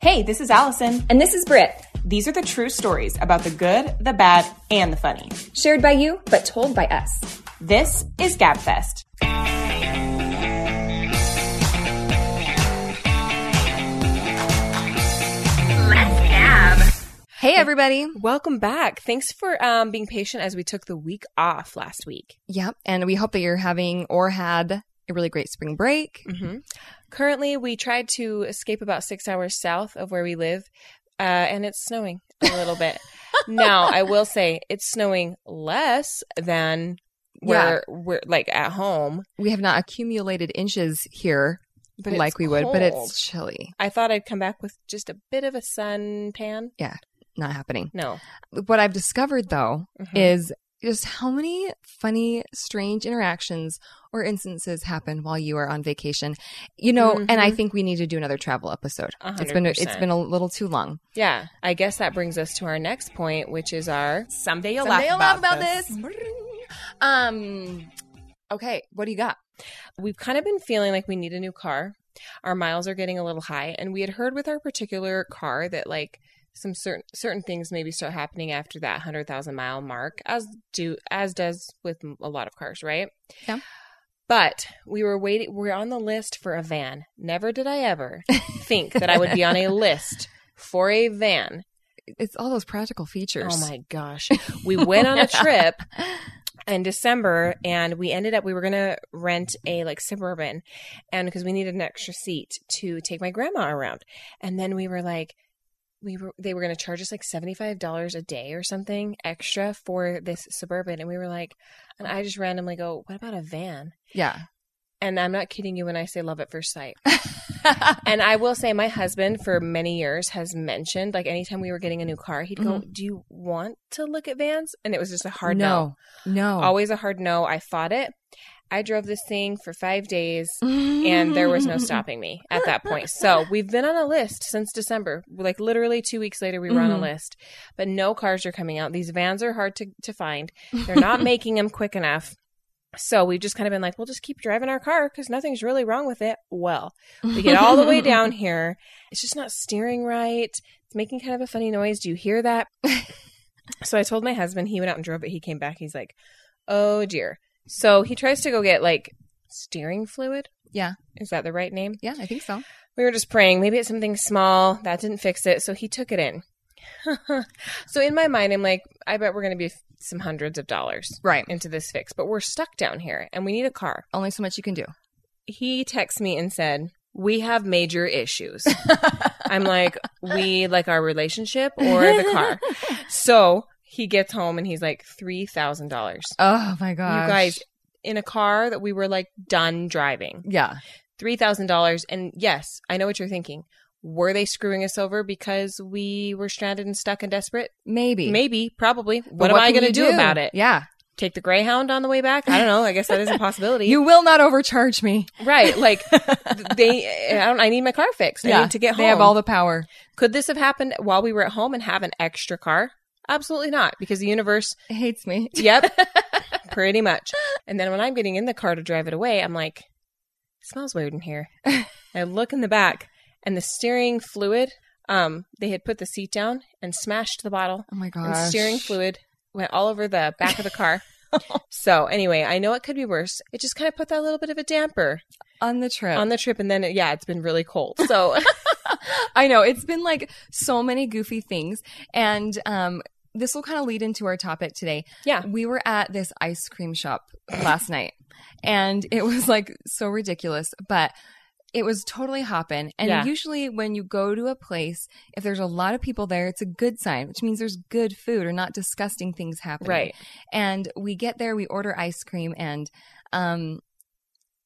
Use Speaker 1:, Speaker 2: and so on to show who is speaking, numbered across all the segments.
Speaker 1: Hey, this is Allison.
Speaker 2: And this is Britt,
Speaker 1: These are the true stories about the good, the bad, and the funny.
Speaker 2: shared by you, but told by us.
Speaker 1: This is GabFest.
Speaker 2: Hey, everybody.
Speaker 3: Welcome back. Thanks for um, being patient as we took the week off last week.
Speaker 2: Yep. And we hope that you're having or had a really great spring break.
Speaker 3: Currently, we tried to escape about six hours south of where we live, uh, and it's snowing a little bit. now, I will say it's snowing less than where we're like at home,
Speaker 2: We have not accumulated inches here
Speaker 3: but it's
Speaker 2: like we would, Mm-hmm. but
Speaker 3: cold.
Speaker 2: it's chilly.
Speaker 3: I thought I'd come back with just a bit of a suntan.
Speaker 2: Not happening.
Speaker 3: No,
Speaker 2: What I've discovered, though,
Speaker 3: Mhm.
Speaker 2: is just how many funny, strange interactions or instances happen while you are on vacation. You know, and I
Speaker 3: Mhm.
Speaker 2: think we need to do another travel episode.
Speaker 3: A
Speaker 2: It's been it's
Speaker 3: 100%.
Speaker 2: been a little too long.
Speaker 3: yeah. I guess that brings us to our next point, which is our
Speaker 1: Someday you'll laugh,
Speaker 2: Someday I'll
Speaker 1: about,
Speaker 2: laugh about
Speaker 1: this.
Speaker 2: this. Um. Okay, what do you got?
Speaker 3: we've kind of been feeling like we need a new car. Our miles are getting a little high, and we had heard with our particular car that like some certain certain things maybe start happening after that hundred thousand mile mark, as do as does with a lot of cars, right?
Speaker 2: Yeah.
Speaker 3: But we were waiting. We're on the list for a van. Never did I ever think that I would be on a list for a van.
Speaker 2: It's all those practical features.
Speaker 3: Oh my gosh! We went on a trip in December and we ended up we were gonna rent a like suburban and because we needed an extra seat to take my grandma around. And then we were like we were they were gonna charge us like seventy five dollars a day or something extra for this suburban and we were like and I just randomly go, What about a van?
Speaker 2: Yeah.
Speaker 3: And I'm not kidding you when I say love at first sight. And I will say, my husband for many years has mentioned, like, anytime we were getting a new car, he'd go, Do you want to look at vans? And it was just a hard
Speaker 2: no.
Speaker 3: no.
Speaker 2: Oh. No.
Speaker 3: Always a hard no. I fought it. I drove this thing for five days and there was no stopping me at that point. So we've been on a list since December. Like literally two weeks later, we were on
Speaker 2: Mhm.
Speaker 3: a list, but no cars are coming out. These vans are hard to, to find, they're not making them quick enough. So we've just kind of been like, we'll just keep driving our car because nothing's really wrong with it. Well, we get all the way down here. It's just not steering right. It's making kind of a funny noise. Do you hear that? so I told my husband, he went out and drove it. He came back. He's like, oh dear. So he tries to go get like steering fluid.
Speaker 2: Yeah.
Speaker 3: Is that the right name?
Speaker 2: Yeah, I think so.
Speaker 3: We were just praying. Maybe it's something small. That didn't fix it. So he took it in. so in my mind, I'm like, I bet we're going to be f- some hundreds of dollars
Speaker 2: Right.
Speaker 3: into this fix, but we're stuck down here and we need a car.
Speaker 2: Only so much you can do.
Speaker 3: He texts me and said, we have major issues. I'm like, we like our relationship or the car. So he gets home and he's like, $3,000.
Speaker 2: Oh my
Speaker 3: You
Speaker 2: gosh.
Speaker 3: guys, in a car that we were like done driving.
Speaker 2: Yeah.
Speaker 3: three thousand dollars. And yes, I know what you're thinking. Were they screwing us over because we were stranded and stuck and desperate?
Speaker 2: Maybe.
Speaker 3: Maybe, probably. What,
Speaker 2: But
Speaker 3: am I
Speaker 2: can
Speaker 3: going to
Speaker 2: you
Speaker 3: do, about it?
Speaker 2: Yeah.
Speaker 3: Take the Greyhound on the way back? I don't know. I guess that is a possibility.
Speaker 2: You will not overcharge me.
Speaker 3: right? Like they, I don't. I need my car fixed. I need to get home.
Speaker 2: They have all the power.
Speaker 3: Could this have happened while we were at home and have an extra car? Absolutely not, because the universe
Speaker 2: It hates me.
Speaker 3: Yep. Pretty much. And then when I'm getting in the car to drive it away, I'm like, smells weird in here. I look in the back and the steering fluid, um, they had put the seat down and smashed the bottle
Speaker 2: Oh my
Speaker 3: and
Speaker 2: gosh.
Speaker 3: steering fluid went all over the back of the car. so anyway, I know it could be worse. It just kind of put that little bit of a damper
Speaker 2: on the trip.
Speaker 3: on the trip and then yeah, it's been really cold. So
Speaker 2: I know it's been like so many goofy things, and um, this will kind of lead into our topic today.
Speaker 3: Yeah.
Speaker 2: we were at this ice cream shop last night, and it was like so ridiculous, but. It was totally hopping. And
Speaker 3: Yeah.
Speaker 2: usually, when you go to a place, if there's a lot of people there, it's a good sign, which means there's good food or not disgusting things happening.
Speaker 3: Right.
Speaker 2: And we get there, we order ice cream, and um,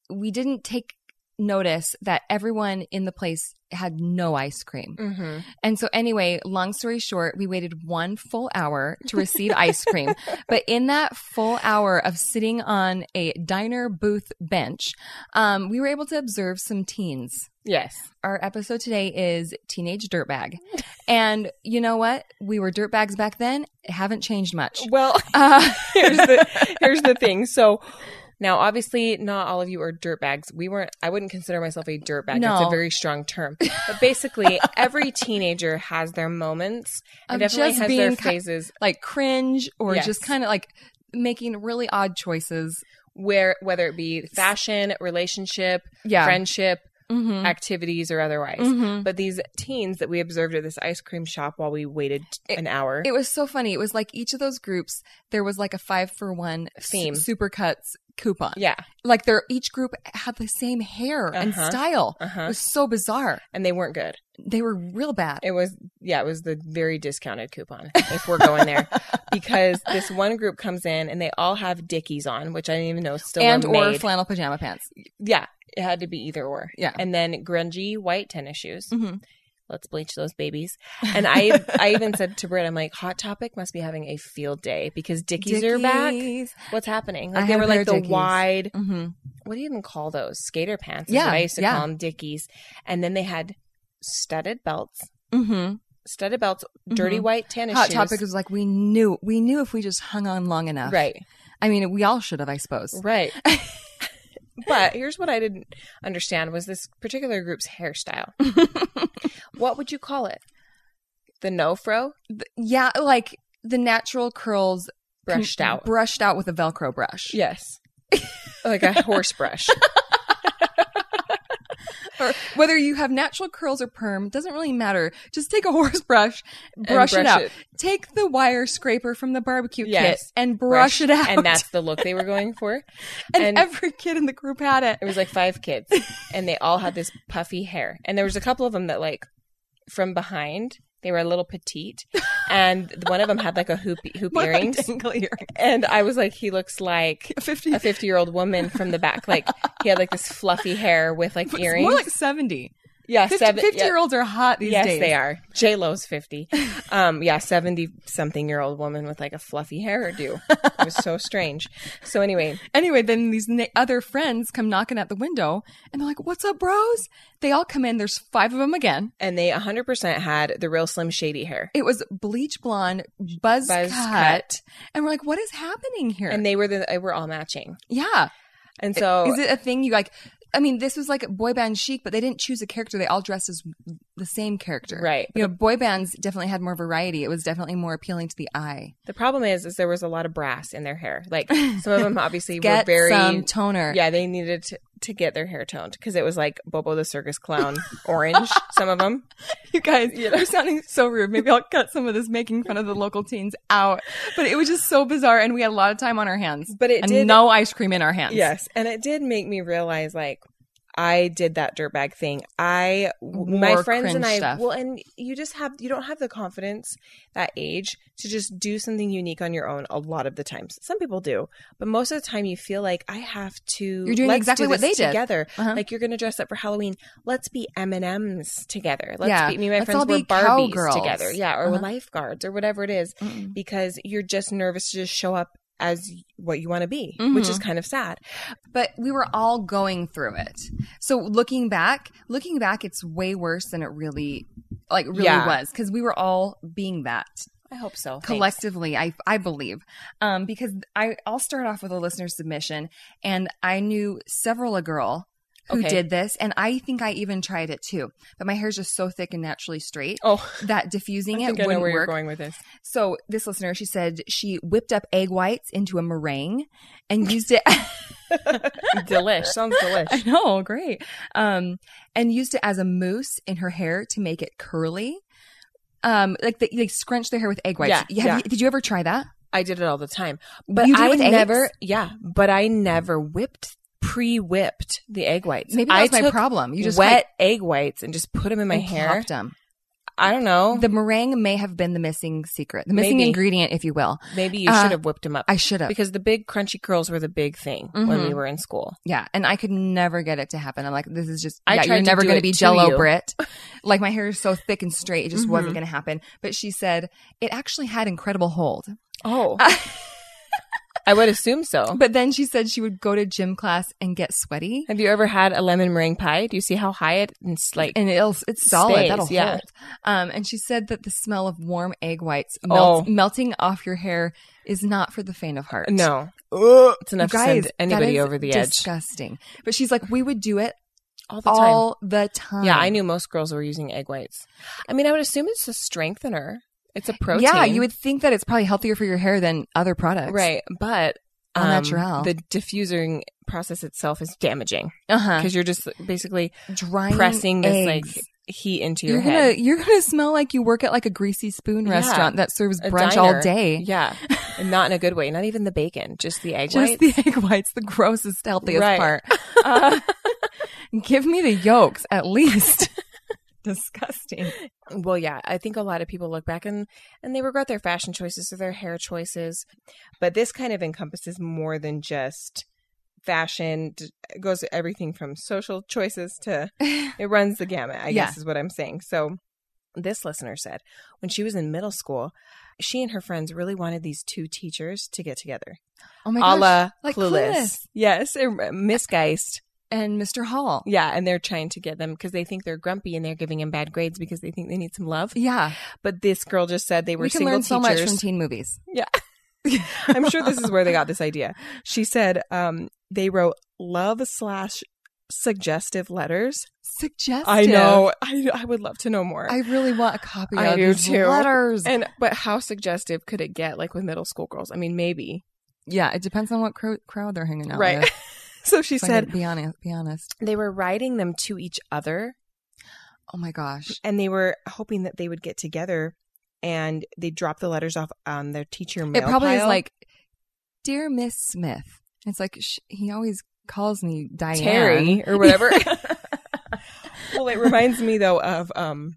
Speaker 2: we didn't take notice that everyone in the place had no ice cream.
Speaker 3: mm-hmm.
Speaker 2: And so, anyway, long story short, we waited one full hour to receive ice cream. But in that full hour of sitting on a diner booth bench, um, we were able to observe some teens.
Speaker 3: Yes.
Speaker 2: Our episode today is Teenage Dirtbag. And you know what? We were dirtbags
Speaker 3: Oh.
Speaker 2: back then, haven't changed much.
Speaker 3: Well,
Speaker 2: Uh,
Speaker 3: here's the here's the thing. So Now, obviously, not all of you are dirtbags. We weren't. I wouldn't consider myself a dirtbag.
Speaker 2: No.
Speaker 3: That's a very strong term. But basically, every teenager has their moments and
Speaker 2: Of
Speaker 3: definitely
Speaker 2: just
Speaker 3: has
Speaker 2: being
Speaker 3: their
Speaker 2: ki-
Speaker 3: phases
Speaker 2: like cringe or
Speaker 3: Yes.
Speaker 2: just kind of like making really odd choices.
Speaker 3: where, whether it be fashion, relationship,
Speaker 2: Yeah.
Speaker 3: friendship,
Speaker 2: Mm-hmm.
Speaker 3: activities, or otherwise.
Speaker 2: Mhm.
Speaker 3: But these teens that we observed at this ice cream shop while we waited an hour.
Speaker 2: It was so funny. It was like each of those groups, there was like a five for one
Speaker 3: Theme.
Speaker 2: supercuts coupon.
Speaker 3: yeah.
Speaker 2: Like they're each group had the same hair and
Speaker 3: Uh-huh.
Speaker 2: style.
Speaker 3: Uh
Speaker 2: It
Speaker 3: huh.
Speaker 2: was so bizarre.
Speaker 3: And they weren't good.
Speaker 2: They were real bad.
Speaker 3: It was yeah, it was the very discounted coupon if we're going there because this one group comes in and they all have Dickies on, which I didn't even know still
Speaker 2: and
Speaker 3: are
Speaker 2: or
Speaker 3: made.
Speaker 2: flannel pajama pants.
Speaker 3: yeah, it had to be either or.
Speaker 2: Yeah.
Speaker 3: And then grungy white tennis shoes.
Speaker 2: Mhm.
Speaker 3: Let's bleach those babies. And I I even said to Britt, I'm like, Hot Topic must be having a field day because Dickies, are back. What's happening? Like
Speaker 2: I
Speaker 3: they
Speaker 2: had a
Speaker 3: were
Speaker 2: pair
Speaker 3: like
Speaker 2: of
Speaker 3: the
Speaker 2: Dickies.
Speaker 3: wide
Speaker 2: hmm
Speaker 3: what do you even call those? Skater pants. Yeah.
Speaker 2: Yeah,
Speaker 3: I used to
Speaker 2: yeah.
Speaker 3: call them Dickies. And then they had studded belts.
Speaker 2: hmm
Speaker 3: Studded belts, dirty
Speaker 2: Mhm.
Speaker 3: white tennis
Speaker 2: Hot
Speaker 3: shoes.
Speaker 2: topic was like we knew we knew if we just hung on long enough.
Speaker 3: Right, Mm.
Speaker 2: I mean, we all should have, I suppose.
Speaker 3: right. but here's what I didn't understand was this particular group's hairstyle. what would you call it? The no fro
Speaker 2: Th- Yeah, like the natural curls con-
Speaker 3: brushed out.
Speaker 2: brushed out with a Velcro brush.
Speaker 3: yes. like a horse brush.
Speaker 2: Or whether you have natural curls or perm doesn't really matter. Just take a horse brush, brush, it
Speaker 3: brush
Speaker 2: out.
Speaker 3: it.
Speaker 2: Take the wire scraper from the barbecue kit
Speaker 3: Yes.
Speaker 2: and brush, it out.
Speaker 3: And that's the look they were going for.
Speaker 2: And
Speaker 3: and-
Speaker 2: every kid in the group had it.
Speaker 3: It was like five kids, and they all had this puffy hair. And there was a couple of them that, like, from behind, they were a little petite, and one of them had like a hoop hoop
Speaker 2: What a
Speaker 3: earrings.
Speaker 2: dangle earring.
Speaker 3: And I was like, he looks like
Speaker 2: Fifty.
Speaker 3: a fifty year old woman from the back. Like he had like this fluffy hair with like
Speaker 2: it's
Speaker 3: earrings.
Speaker 2: More like seventy.
Speaker 3: yeah,
Speaker 2: 50,
Speaker 3: seven- yeah.
Speaker 2: year olds are hot these
Speaker 3: Yes,
Speaker 2: days.
Speaker 3: they are. J Lo's fifty. Um, yeah, seventy something year old woman with like a fluffy hairdo. It was so strange. So anyway,
Speaker 2: Anyway, then these na- other friends come knocking at the window and they're like, What's up, bros? They all come in. There's five of them again.
Speaker 3: and they hundred percent had the real Slim Shady hair.
Speaker 2: It was bleach blonde, buzz,
Speaker 3: Buzz
Speaker 2: cut,
Speaker 3: cut.
Speaker 2: And we're like, What is happening here?
Speaker 3: and they were the, they were all matching.
Speaker 2: yeah.
Speaker 3: And so
Speaker 2: Is it a thing you like? I mean, this was like boy band chic, but they didn't choose a character. They all dressed as the same character.
Speaker 3: Right.
Speaker 2: You know, boy bands definitely had more variety. It was definitely more appealing to the eye.
Speaker 3: the problem is, is there was a lot of brass in their hair. Like some of them obviously were
Speaker 2: Get
Speaker 3: very
Speaker 2: some toner.
Speaker 3: yeah. They needed to, to get their hair toned because it was like Bobo the Circus Clown orange. Some of them,
Speaker 2: You guys, you're sounding so rude. Maybe I'll cut some of this making fun of the local teens out. But it was just so bizarre, and we had a lot of time on our hands.
Speaker 3: But it
Speaker 2: and
Speaker 3: did-
Speaker 2: no ice cream in our hands.
Speaker 3: yes, and it did make me realize like. I did that dirtbag thing. I, w- my
Speaker 2: Wore
Speaker 3: friends and
Speaker 2: cringe
Speaker 3: I,
Speaker 2: stuff.
Speaker 3: well, and you just have, you don't have the confidence that age to just do something unique on your own a lot of the times. Some people do, but most of the time you feel like I have to,
Speaker 2: You're doing
Speaker 3: let's
Speaker 2: exactly
Speaker 3: do
Speaker 2: what
Speaker 3: this
Speaker 2: they did.
Speaker 3: together.
Speaker 2: Uh-huh.
Speaker 3: Like you're going to dress up for Halloween. Let's be M&Ms together. Let's
Speaker 2: Yeah.
Speaker 3: be, me and my
Speaker 2: Let's all
Speaker 3: friends were
Speaker 2: be
Speaker 3: Barbies
Speaker 2: cowgirls.
Speaker 3: together. Yeah. Or
Speaker 2: Uh-huh.
Speaker 3: lifeguards or whatever it is
Speaker 2: Mm-mm.
Speaker 3: because you're just nervous to just show up as what you want to be, which
Speaker 2: Mm-hmm.
Speaker 3: is kind of sad.
Speaker 2: but we were all going through it. So looking back, looking back, it's way worse than it really, like really
Speaker 3: Yeah.
Speaker 2: was, because we were all being that
Speaker 3: I hope so. Thanks.
Speaker 2: collectively. I I believe, um, because I I'll start off with a listener submission, and I knew several a girl who
Speaker 3: Okay.
Speaker 2: did this, and I think I even tried it too. But my hair's just so thick and naturally straight
Speaker 3: Oh,
Speaker 2: that diffusing it
Speaker 3: I think I know
Speaker 2: wouldn't
Speaker 3: where you're
Speaker 2: work.
Speaker 3: going with this.
Speaker 2: So this listener, she said she whipped up egg whites into a meringue and used it.
Speaker 3: delish. Sounds
Speaker 2: I
Speaker 3: delish.
Speaker 2: know, great. Um, and used it as a mousse in her hair to make it curly. Um, like they, they scrunch their hair with egg whites.
Speaker 3: Yeah,
Speaker 2: You- have
Speaker 3: yeah.
Speaker 2: you- did you ever try that?
Speaker 3: I did it all the time. But
Speaker 2: You do it
Speaker 3: I
Speaker 2: with eggs?
Speaker 3: never, yeah, but I never whipped, pre whipped the egg whites.
Speaker 2: Maybe
Speaker 3: I
Speaker 2: that's my
Speaker 3: took
Speaker 2: problem. You just
Speaker 3: wet
Speaker 2: like,
Speaker 3: egg whites and just put them in my
Speaker 2: and
Speaker 3: hair.
Speaker 2: plopped 'em.
Speaker 3: I don't know.
Speaker 2: The meringue may have been the missing secret, the missing
Speaker 3: Maybe.
Speaker 2: ingredient, if you will.
Speaker 3: Maybe you
Speaker 2: Uh,
Speaker 3: should have whipped them up.
Speaker 2: I should have.
Speaker 3: because the big crunchy curls were the big thing when
Speaker 2: Mhm.
Speaker 3: we were in school.
Speaker 2: Yeah, and I could never get it to happen. I'm like, this is just.
Speaker 3: I
Speaker 2: yeah,
Speaker 3: tried
Speaker 2: you're
Speaker 3: to
Speaker 2: never
Speaker 3: do
Speaker 2: going to
Speaker 3: it
Speaker 2: be
Speaker 3: to
Speaker 2: Jello
Speaker 3: you.
Speaker 2: Brit. Like my hair is so thick and straight, it just
Speaker 3: Mhm.
Speaker 2: wasn't going to happen. But she said it actually had incredible hold.
Speaker 3: Oh. I would assume so.
Speaker 2: Oh. But then she said she would go to gym class and get sweaty.
Speaker 3: Have you ever had a lemon meringue pie? Do you see how high it and it's like
Speaker 2: And it'll, it's solid.
Speaker 3: Stays,
Speaker 2: That'll
Speaker 3: yeah.
Speaker 2: hold. Um, and she said that the smell of warm egg whites melt,
Speaker 3: Oh.
Speaker 2: melting off your hair is not for the faint of heart.
Speaker 3: no. It's
Speaker 2: You
Speaker 3: enough
Speaker 2: guys,
Speaker 3: to send
Speaker 2: that
Speaker 3: anybody
Speaker 2: is
Speaker 3: over the edge
Speaker 2: Disgusting. But she's like, we would do it
Speaker 3: all the time.
Speaker 2: all the time.
Speaker 3: Yeah, I knew most girls were using egg whites. I mean, I would assume it's a strengthener. It's a protein.
Speaker 2: Yeah, you would think that it's probably healthier for your hair than other products.
Speaker 3: right, but um,
Speaker 2: All natural.
Speaker 3: The diffusing process itself is damaging
Speaker 2: Uh huh.
Speaker 3: because you're just basically
Speaker 2: Drying
Speaker 3: pressing this
Speaker 2: eggs.
Speaker 3: like heat into your
Speaker 2: You're
Speaker 3: head.
Speaker 2: gonna you're gonna smell like you work at like a greasy spoon
Speaker 3: Yeah.
Speaker 2: restaurant that serves
Speaker 3: A
Speaker 2: brunch
Speaker 3: diner.
Speaker 2: all day.
Speaker 3: Yeah, and not in a good way. Not even the bacon, just the egg
Speaker 2: Just
Speaker 3: white.
Speaker 2: the egg whites, the grossest, healthiest
Speaker 3: Right.
Speaker 2: part. Uh, give me the yolks at least. Disgusting.
Speaker 3: well, yeah, I think a lot of people look back and and they regret their fashion choices or their hair choices, but this kind of encompasses more than just fashion. D- It goes to everything from social choices to it runs the gamut. I
Speaker 2: Yeah.
Speaker 3: guess is what I'm saying. So. This listener said when she was in middle school, she and her friends really wanted these two teachers to get together.
Speaker 2: Oh my
Speaker 3: a
Speaker 2: gosh.
Speaker 3: la
Speaker 2: like
Speaker 3: Clueless.
Speaker 2: Clueless.
Speaker 3: Yes, or Miss Geist.
Speaker 2: And Mr. Hall.
Speaker 3: Yeah, and they're trying to get them because they think they're grumpy and they're giving them bad grades because they think they need some love.
Speaker 2: Yeah.
Speaker 3: But this girl just said they were
Speaker 2: we can
Speaker 3: single
Speaker 2: learn
Speaker 3: teachers.
Speaker 2: so much from teen movies.
Speaker 3: I'm sure this is where they got this idea. She said um, they wrote love slash suggestive letters.
Speaker 2: Suggestive.
Speaker 3: I know. I, I would love to know more.
Speaker 2: I really want a copy
Speaker 3: I
Speaker 2: of
Speaker 3: do
Speaker 2: these
Speaker 3: too.
Speaker 2: letters.
Speaker 3: and but how suggestive could it get? Like with middle school girls? I mean, maybe.
Speaker 2: yeah, it depends on what cro- crowd they're hanging out
Speaker 3: Right.
Speaker 2: with.
Speaker 3: So she
Speaker 2: Find
Speaker 3: said
Speaker 2: it- be honest, be honest.
Speaker 3: they were writing them to each other
Speaker 2: Oh my gosh.
Speaker 3: and they were hoping that they would get together and they dropped the letters off on their teacher
Speaker 2: It
Speaker 3: mail
Speaker 2: probably is
Speaker 3: pile.
Speaker 2: like, Dear Miss Smith. It's like, sh- he always calls me Diane.
Speaker 3: Terry or whatever. well, it reminds me though of um,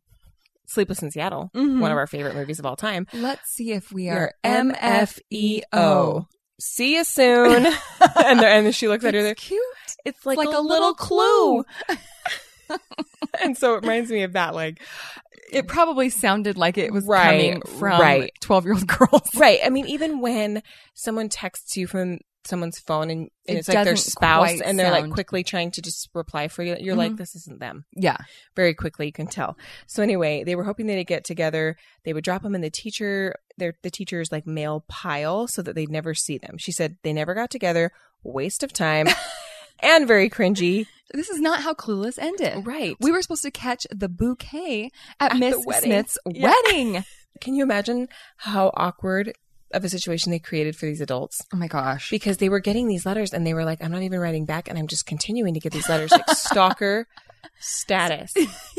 Speaker 3: Sleepless in Seattle,
Speaker 2: Mhm.
Speaker 3: one of our favorite movies of all time.
Speaker 2: Let's see if we
Speaker 3: Your
Speaker 2: are E
Speaker 3: E
Speaker 2: MFEO.
Speaker 3: See you soon. and, there, and she looks at her. There,
Speaker 2: It's cute.
Speaker 3: it's
Speaker 2: like a little clue.
Speaker 3: and so it reminds me of that. Like,
Speaker 2: It probably sounded like it was
Speaker 3: Right,
Speaker 2: coming from
Speaker 3: right.
Speaker 2: 12 year old girls.
Speaker 3: right? I mean, even when someone texts you from someone's phone and, and
Speaker 2: It
Speaker 3: it's like their
Speaker 2: doesn't
Speaker 3: spouse,
Speaker 2: quite
Speaker 3: and they're like
Speaker 2: sound-
Speaker 3: quickly trying to just reply for you, you're like, this isn't them.
Speaker 2: Yeah.
Speaker 3: very quickly you can tell so anyway they were hoping they'd get together they would drop them in the teacher their the teacher's like mail pile so that they'd never see them she said they never got together waste of time and very cringy
Speaker 2: This is not how Clueless ended.
Speaker 3: right
Speaker 2: We were supposed to catch the bouquet at,
Speaker 3: At
Speaker 2: Miss
Speaker 3: the wedding.
Speaker 2: Smith's
Speaker 3: Yeah.
Speaker 2: wedding.
Speaker 3: can you imagine how awkward of a situation they created for these adults
Speaker 2: Oh my gosh.
Speaker 3: because they were getting these letters and they were like i'm not even writing back and i'm just continuing to get these letters like stalker status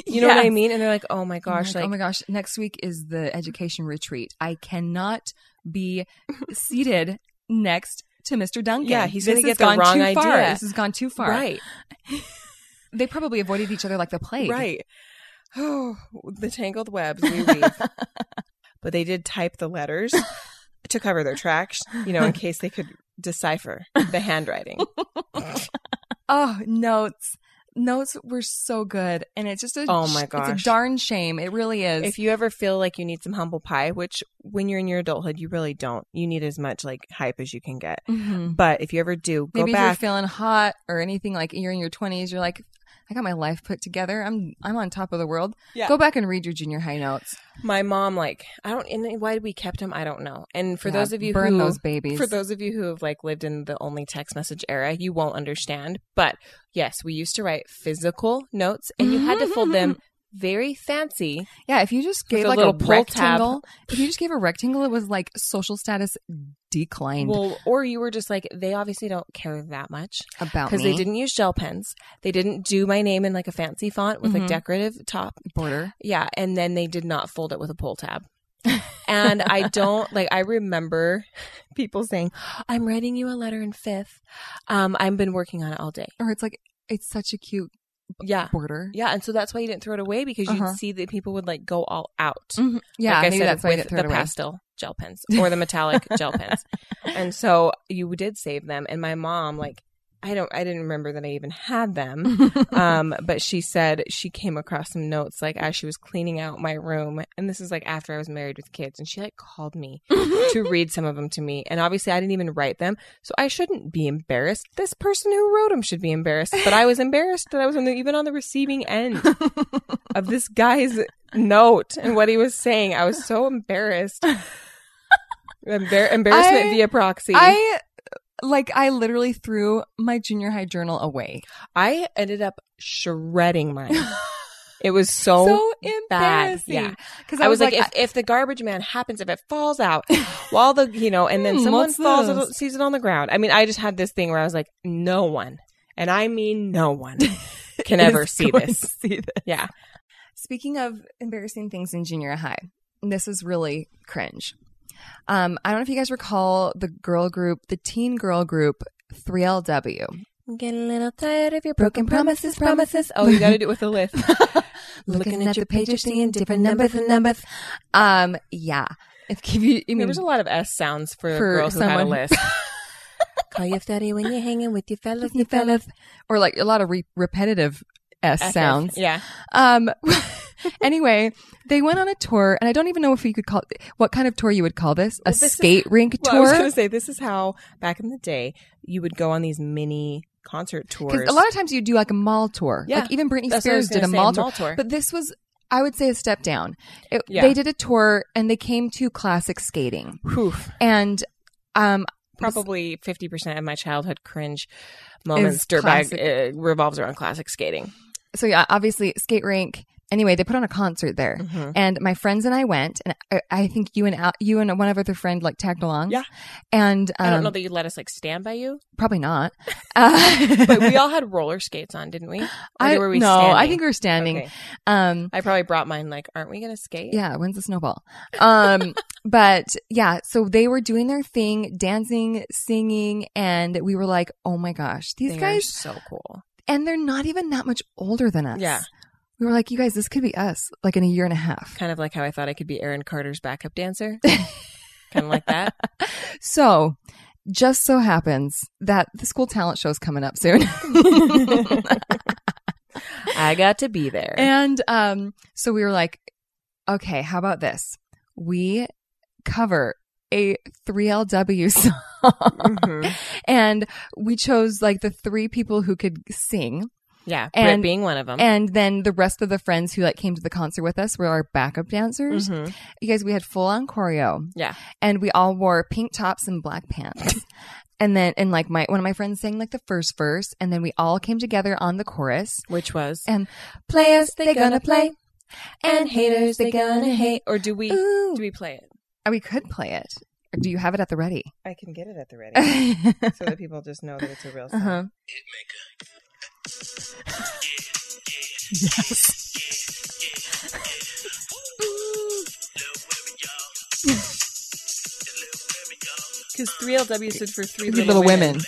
Speaker 3: you know what i
Speaker 2: Yes.
Speaker 3: mean and they're like oh my
Speaker 2: I'm
Speaker 3: gosh
Speaker 2: like,
Speaker 3: like
Speaker 2: oh my gosh, next week is the education retreat. I cannot be seated next to Mr. Duncan.
Speaker 3: Yeah, he's
Speaker 2: This
Speaker 3: gonna
Speaker 2: has
Speaker 3: get the
Speaker 2: gone
Speaker 3: wrong
Speaker 2: too
Speaker 3: idea.
Speaker 2: Far. This has gone too far.
Speaker 3: right
Speaker 2: They probably avoided each other like the plague.
Speaker 3: Right. Oh, the tangled webs we weave. but they did type the letters to cover their tracks, you know, in case they could decipher the handwriting.
Speaker 2: Oh, notes. Notes were so good. And it's just a
Speaker 3: Oh my
Speaker 2: It's
Speaker 3: gosh.
Speaker 2: a darn shame. It really is.
Speaker 3: if you ever feel like you need some humble pie, which when you're in your adulthood, you really don't. You need as much like hype as you can get.
Speaker 2: Mhm.
Speaker 3: But if you ever do, go
Speaker 2: Maybe if you're
Speaker 3: back.
Speaker 2: feeling hot or anything like you're in your 20s, you're like, I got my life put together. I'm I'm on top of the world.
Speaker 3: Yeah.
Speaker 2: Go back and read your junior high notes.
Speaker 3: My mom, like, I don't, and why we kept them, I don't know. And for
Speaker 2: Yeah,
Speaker 3: those of you
Speaker 2: burn
Speaker 3: who,
Speaker 2: those babies.
Speaker 3: For those of you who have like lived in the only text message era, you won't understand. But yes, we used to write physical notes and you had to fold them
Speaker 2: Mm.
Speaker 3: very fancy.
Speaker 2: Yeah, if you just
Speaker 3: With
Speaker 2: gave
Speaker 3: a
Speaker 2: like
Speaker 3: little
Speaker 2: a
Speaker 3: pull tab.
Speaker 2: rectangle, if you just gave a rectangle, it was like social status declined
Speaker 3: Well, or you were just like, they obviously don't care that much
Speaker 2: about
Speaker 3: because
Speaker 2: me.
Speaker 3: they didn't use gel pens. They didn't do my name in like a fancy font with
Speaker 2: Mhm.
Speaker 3: a decorative top.
Speaker 2: border.
Speaker 3: Yeah. And then they did not fold it with a pull tab. and I don't like, I remember people saying, I'm writing you a letter in fifth. Um, I've been working on it all day.
Speaker 2: Or it's like it's such a cute
Speaker 3: Yeah.
Speaker 2: border.
Speaker 3: Yeah, and so that's why you didn't throw it away because
Speaker 2: Uh-huh.
Speaker 3: you'd see that people would like go all out.
Speaker 2: Mhm. Yeah,
Speaker 3: like I
Speaker 2: maybe
Speaker 3: said,
Speaker 2: that's why I
Speaker 3: with
Speaker 2: didn't throw
Speaker 3: the
Speaker 2: it away.
Speaker 3: pastel gel pens or the metallic gel pens, and so you did save them. And my mom like I don't I didn't remember that I even had them. um, but she said she came across some notes like as she was cleaning out my room, and this is like after I was married with kids, and she like called me to read some of them to me, and obviously I didn't even write them, so I shouldn't be embarrassed. This person who wrote them should be embarrassed, but I was embarrassed that I was on the, even on the receiving end of this guy's note and what he was saying. I was so embarrassed. Embar- embarrassment
Speaker 2: I-
Speaker 3: via proxy.
Speaker 2: I like I literally threw my junior high journal away.
Speaker 3: I ended up shredding mine. It was so,
Speaker 2: so
Speaker 3: Oh, bad.
Speaker 2: embarrassing.
Speaker 3: Yeah.
Speaker 2: Because
Speaker 3: I was like, if, if the garbage man happens, if it falls out while the, you know, and then
Speaker 2: Hmm,
Speaker 3: someone
Speaker 2: what's
Speaker 3: falls,
Speaker 2: this?
Speaker 3: it- sees it on the ground. I mean, I just had this thing where I was like, no one, and I mean no one can ever
Speaker 2: is
Speaker 3: see
Speaker 2: going
Speaker 3: this.
Speaker 2: to see this.
Speaker 3: Yeah.
Speaker 2: Speaking of embarrassing things in junior high, this is really cringe. Um, I don't know if you guys recall the girl group, the teen girl group, 3LW.
Speaker 3: I'm getting a little tired of your
Speaker 2: broken promises, promises.
Speaker 3: Oh, you got to do it with a lift.
Speaker 2: Looking at your page, you're seeing different numbers and numbers. Um, yeah. If give you, I
Speaker 3: There
Speaker 2: mean,
Speaker 3: was a lot of S sounds for,
Speaker 2: For
Speaker 3: girls who had a
Speaker 2: someone-
Speaker 3: list.
Speaker 2: call you fatty when you're hanging with your fellas, your fellas, or like a lot of re- repetitive s sounds.
Speaker 3: Yeah.
Speaker 2: Um. anyway, they went on a tour, and I don't even know if you could call what kind of tour you would call this a
Speaker 3: Well, this is-
Speaker 2: skate rink
Speaker 3: Well, I was going
Speaker 2: tour.
Speaker 3: to say this is how back in the day you would go on these mini concert tours.
Speaker 2: Because a lot of times you do like a mall tour.
Speaker 3: Yeah.
Speaker 2: Like even Britney
Speaker 3: That's what I was
Speaker 2: Spears did a
Speaker 3: gonna say,
Speaker 2: mall,
Speaker 3: mall
Speaker 2: tour.
Speaker 3: tour.
Speaker 2: But this was, I would say, a step down. It,
Speaker 3: Yeah.
Speaker 2: They did a tour, and they came to classic skating,
Speaker 3: Oof.
Speaker 2: and um,
Speaker 3: probably fifty percent of my childhood cringe
Speaker 2: Is
Speaker 3: moments dirtbag
Speaker 2: classic.
Speaker 3: uh, revolves around classic skating.
Speaker 2: so yeah, obviously skate rink. Anyway, they put on a concert there,
Speaker 3: Mm-hmm.
Speaker 2: and my friends and I went, and I, I think you and Al, you and one other friend like tagged along.
Speaker 3: Yeah.
Speaker 2: and um,
Speaker 3: I don't know that you let us like stand by you,
Speaker 2: probably not. Uh,
Speaker 3: but we all had roller skates on, didn't we? Or
Speaker 2: I
Speaker 3: were we
Speaker 2: no, I
Speaker 3: standing?
Speaker 2: think we were standing.
Speaker 3: Okay.
Speaker 2: Um,
Speaker 3: I probably brought mine. Like, aren't we going to skate?
Speaker 2: yeah, when's the snowball? Um, but yeah, so they were doing their thing, dancing, singing, and we were like, oh my gosh, these
Speaker 3: They are
Speaker 2: guys,
Speaker 3: so cool.
Speaker 2: and they're not even that much older than us.
Speaker 3: Yeah.
Speaker 2: we were like, you guys, this could be us, like in a year and a half.
Speaker 3: Kind of like how I thought I could be Aaron Carter's backup dancer. kind of like that.
Speaker 2: So, just so happens that the school talent show is coming up soon.
Speaker 3: I got to be there.
Speaker 2: and um, so we were like, okay, how about this? We cover a 3LW song.
Speaker 3: Mhm.
Speaker 2: and we chose like the three people who could sing.
Speaker 3: Yeah, Brit
Speaker 2: And-
Speaker 3: being one of them.
Speaker 2: And then the rest of the friends who like came to the concert with us were our backup dancers.
Speaker 3: Mhm.
Speaker 2: You guys, we had full on choreo.
Speaker 3: Yeah.
Speaker 2: And we all wore pink tops and black pants. and then, and like my, one of my friends sang like the first verse. And then we all came together on the chorus.
Speaker 3: Which was
Speaker 2: And players, they gonna play. And haters, they
Speaker 3: they
Speaker 2: gonna hate.
Speaker 3: Or do we?
Speaker 2: Ooh.
Speaker 3: Do we play it?
Speaker 2: Oh, we could play it. Or do you have it at the ready?
Speaker 3: I can get it at the ready,
Speaker 2: uh-huh.
Speaker 3: so that people just know that it's a real
Speaker 2: Yes.
Speaker 3: Because three LW stood for three
Speaker 2: Three little women.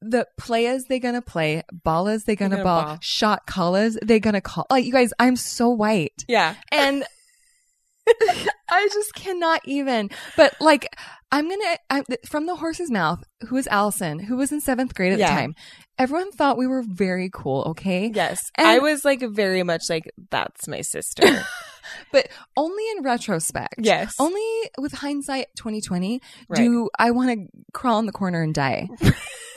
Speaker 2: the players they gonna play, ballers they gonna,
Speaker 3: gonna
Speaker 2: ball,
Speaker 3: ball.
Speaker 2: shot callers they gonna call. Like you guys, I'm so white,
Speaker 3: Yeah,
Speaker 2: and I just cannot even. But like, I'm gonna I'm, from the horse's mouth. Who was Allison? Who was in seventh grade at
Speaker 3: Yeah.
Speaker 2: the time? Everyone thought we were very cool. Okay,
Speaker 3: yes.
Speaker 2: And-
Speaker 3: I was like very much like that's my sister.
Speaker 2: but only in retrospect.
Speaker 3: Yes.
Speaker 2: Only with hindsight 2020
Speaker 3: Right.
Speaker 2: do I want to crawl in the corner and die.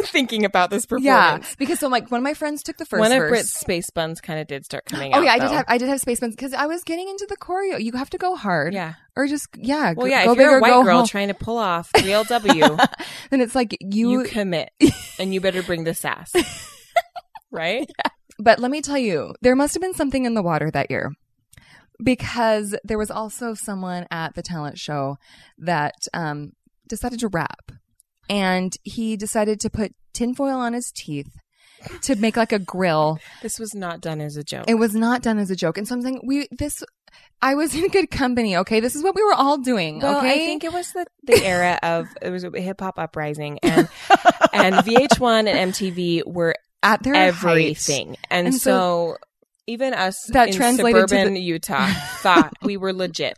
Speaker 3: Thinking about this performance.
Speaker 2: Yeah. Because so like one of my friends took the first
Speaker 3: One of
Speaker 2: verse.
Speaker 3: Brit's space buns kind of did start coming out.
Speaker 2: Oh yeah, I did
Speaker 3: though.
Speaker 2: have I did have space buns because I was getting into the choreo. You have to go hard,
Speaker 3: Yeah.
Speaker 2: or just yeah.
Speaker 3: Well,
Speaker 2: g-
Speaker 3: yeah.
Speaker 2: go
Speaker 3: if
Speaker 2: big
Speaker 3: you're a
Speaker 2: or
Speaker 3: white
Speaker 2: go
Speaker 3: girl
Speaker 2: home.
Speaker 3: trying to pull off real W,
Speaker 2: then it's like you.
Speaker 3: you commit, and you better bring the sass, right?
Speaker 2: but let me tell you, there must have been something in the water that year, because there was also someone at the talent show that um, decided to rap, and he decided to put tinfoil on his teeth to make like a grill.
Speaker 3: This was not done as a joke.
Speaker 2: It was not done as a joke, and so I'm saying we this. I was in good company. Okay, this is what we were all doing.
Speaker 3: Well,
Speaker 2: okay,
Speaker 3: I think it was the, the era of it was a hip hop uprising and and VH1 and MTV were
Speaker 2: at their height.
Speaker 3: everything, and,
Speaker 2: And so-
Speaker 3: so, even us
Speaker 2: That
Speaker 3: in
Speaker 2: translated to
Speaker 3: suburban
Speaker 2: the-
Speaker 3: Utah thought we were legit.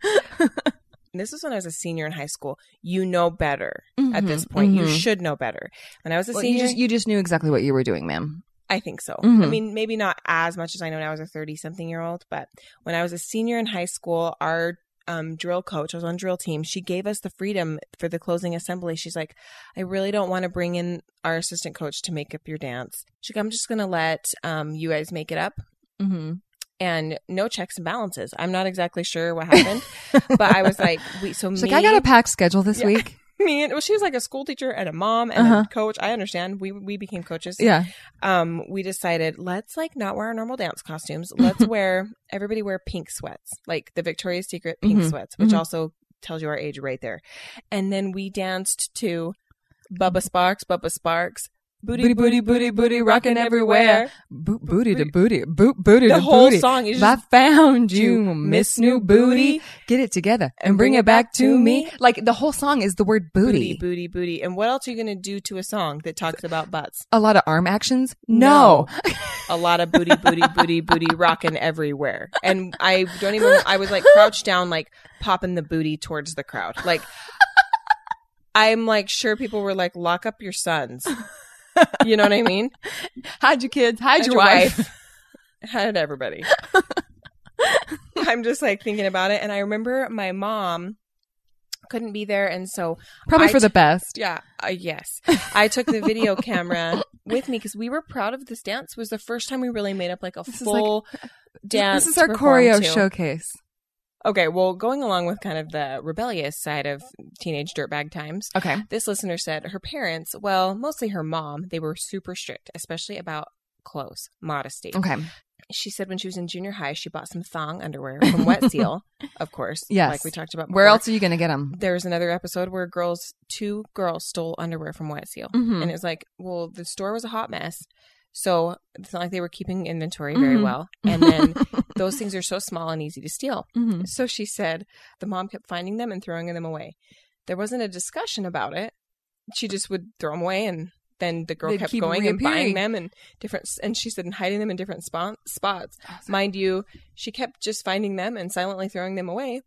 Speaker 3: This is when I was a senior in high school. You know better at this point. You
Speaker 2: mhm.
Speaker 3: should know better. When I was a
Speaker 2: Well, you
Speaker 3: senior,
Speaker 2: just you just knew exactly what you were doing, ma'am.
Speaker 3: I think so. I
Speaker 2: Mhm.
Speaker 3: mean, maybe not as much as I know now as a 30 something year old, but when I was a senior in high school, our um, drill coach, I was on drill team, she gave us the freedom for the closing assembly. She's like, I really don't want to bring in our assistant coach to make up your dance. She's like, I'm just going to let um, you guys make it up
Speaker 2: Mm-hmm.
Speaker 3: and no checks and balances. I'm not exactly sure what happened, but I was like, we, so
Speaker 2: She's
Speaker 3: me,
Speaker 2: like, I got a packed schedule this
Speaker 3: Yeah.
Speaker 2: week.
Speaker 3: me and, well, she was like a school teacher and a mom and
Speaker 2: Uh-huh.
Speaker 3: a coach. I understand. We, we became coaches
Speaker 2: Yeah.
Speaker 3: um, we decided let's like not wear our normal dance costumes. Let's wear everybody wear pink sweats, like the Victoria's Secret pink
Speaker 2: Mhm.
Speaker 3: sweats, which
Speaker 2: Mhm.
Speaker 3: also tells you our age right there. And then we danced to Bubba Sparks, Bubba Sparks, booty booty,
Speaker 2: booty, booty,
Speaker 3: rocking everywhere.
Speaker 2: Bo- booty to booty, boot booty
Speaker 3: The
Speaker 2: to
Speaker 3: whole
Speaker 2: booty.
Speaker 3: song is
Speaker 2: I
Speaker 3: just
Speaker 2: found
Speaker 3: you,
Speaker 2: you,
Speaker 3: Miss
Speaker 2: Miss New
Speaker 3: New
Speaker 2: Booty.
Speaker 3: Booty.
Speaker 2: Get it together and bring it back to me. Like the whole song is the word booty.
Speaker 3: booty booty booty. And what else are you gonna do to a song that talks about butts?
Speaker 2: A lot of arm actions? No.
Speaker 3: a lot of booty booty booty booty rocking everywhere and i don't even i was like crouched down like popping the booty towards the crowd like i'm like sure people were like lock up your sons you know what i mean
Speaker 2: Hide your kids, hide,
Speaker 3: Hide
Speaker 2: your wife.
Speaker 3: had everybody i'm just like thinking about it and i remember my mom couldn't be there and so
Speaker 2: Probably
Speaker 3: I
Speaker 2: for the best.
Speaker 3: yeah, uh, yes. I took the video camera with me because we were proud of this dance. It was the first time we really made up like a
Speaker 2: This is like-
Speaker 3: full dance.
Speaker 2: This is our
Speaker 3: to perform
Speaker 2: choreo
Speaker 3: to.
Speaker 2: showcase.
Speaker 3: Okay, well, going along with kind of the rebellious side of teenage dirtbag times,
Speaker 2: Okay.
Speaker 3: this listener said her parents, well, mostly her mom, they were super strict, especially about clothes, modesty.
Speaker 2: Okay.
Speaker 3: She said when she was in junior high, she bought some thong underwear from Wet Seal, of course.
Speaker 2: Yes.
Speaker 3: Like we talked about.
Speaker 2: Where
Speaker 3: before.
Speaker 2: else are you going to get them?
Speaker 3: There's another episode where girls, two girls stole underwear from Wet Seal.
Speaker 2: Mhm.
Speaker 3: And it's like, well, the store was a hot mess. So it's not like they were keeping inventory very
Speaker 2: Mhm.
Speaker 3: well. And then those things are so small and easy to steal.
Speaker 2: Mhm.
Speaker 3: So she said the mom kept finding them and throwing them away. There wasn't a discussion about it. She just would throw them away and then the girl
Speaker 2: They'd
Speaker 3: kept
Speaker 2: keep
Speaker 3: going and buying
Speaker 2: reappearing.
Speaker 3: them and different and she said and hiding them in different spot, spots.
Speaker 2: Oh,
Speaker 3: Mind you, she kept just finding them and silently throwing them away.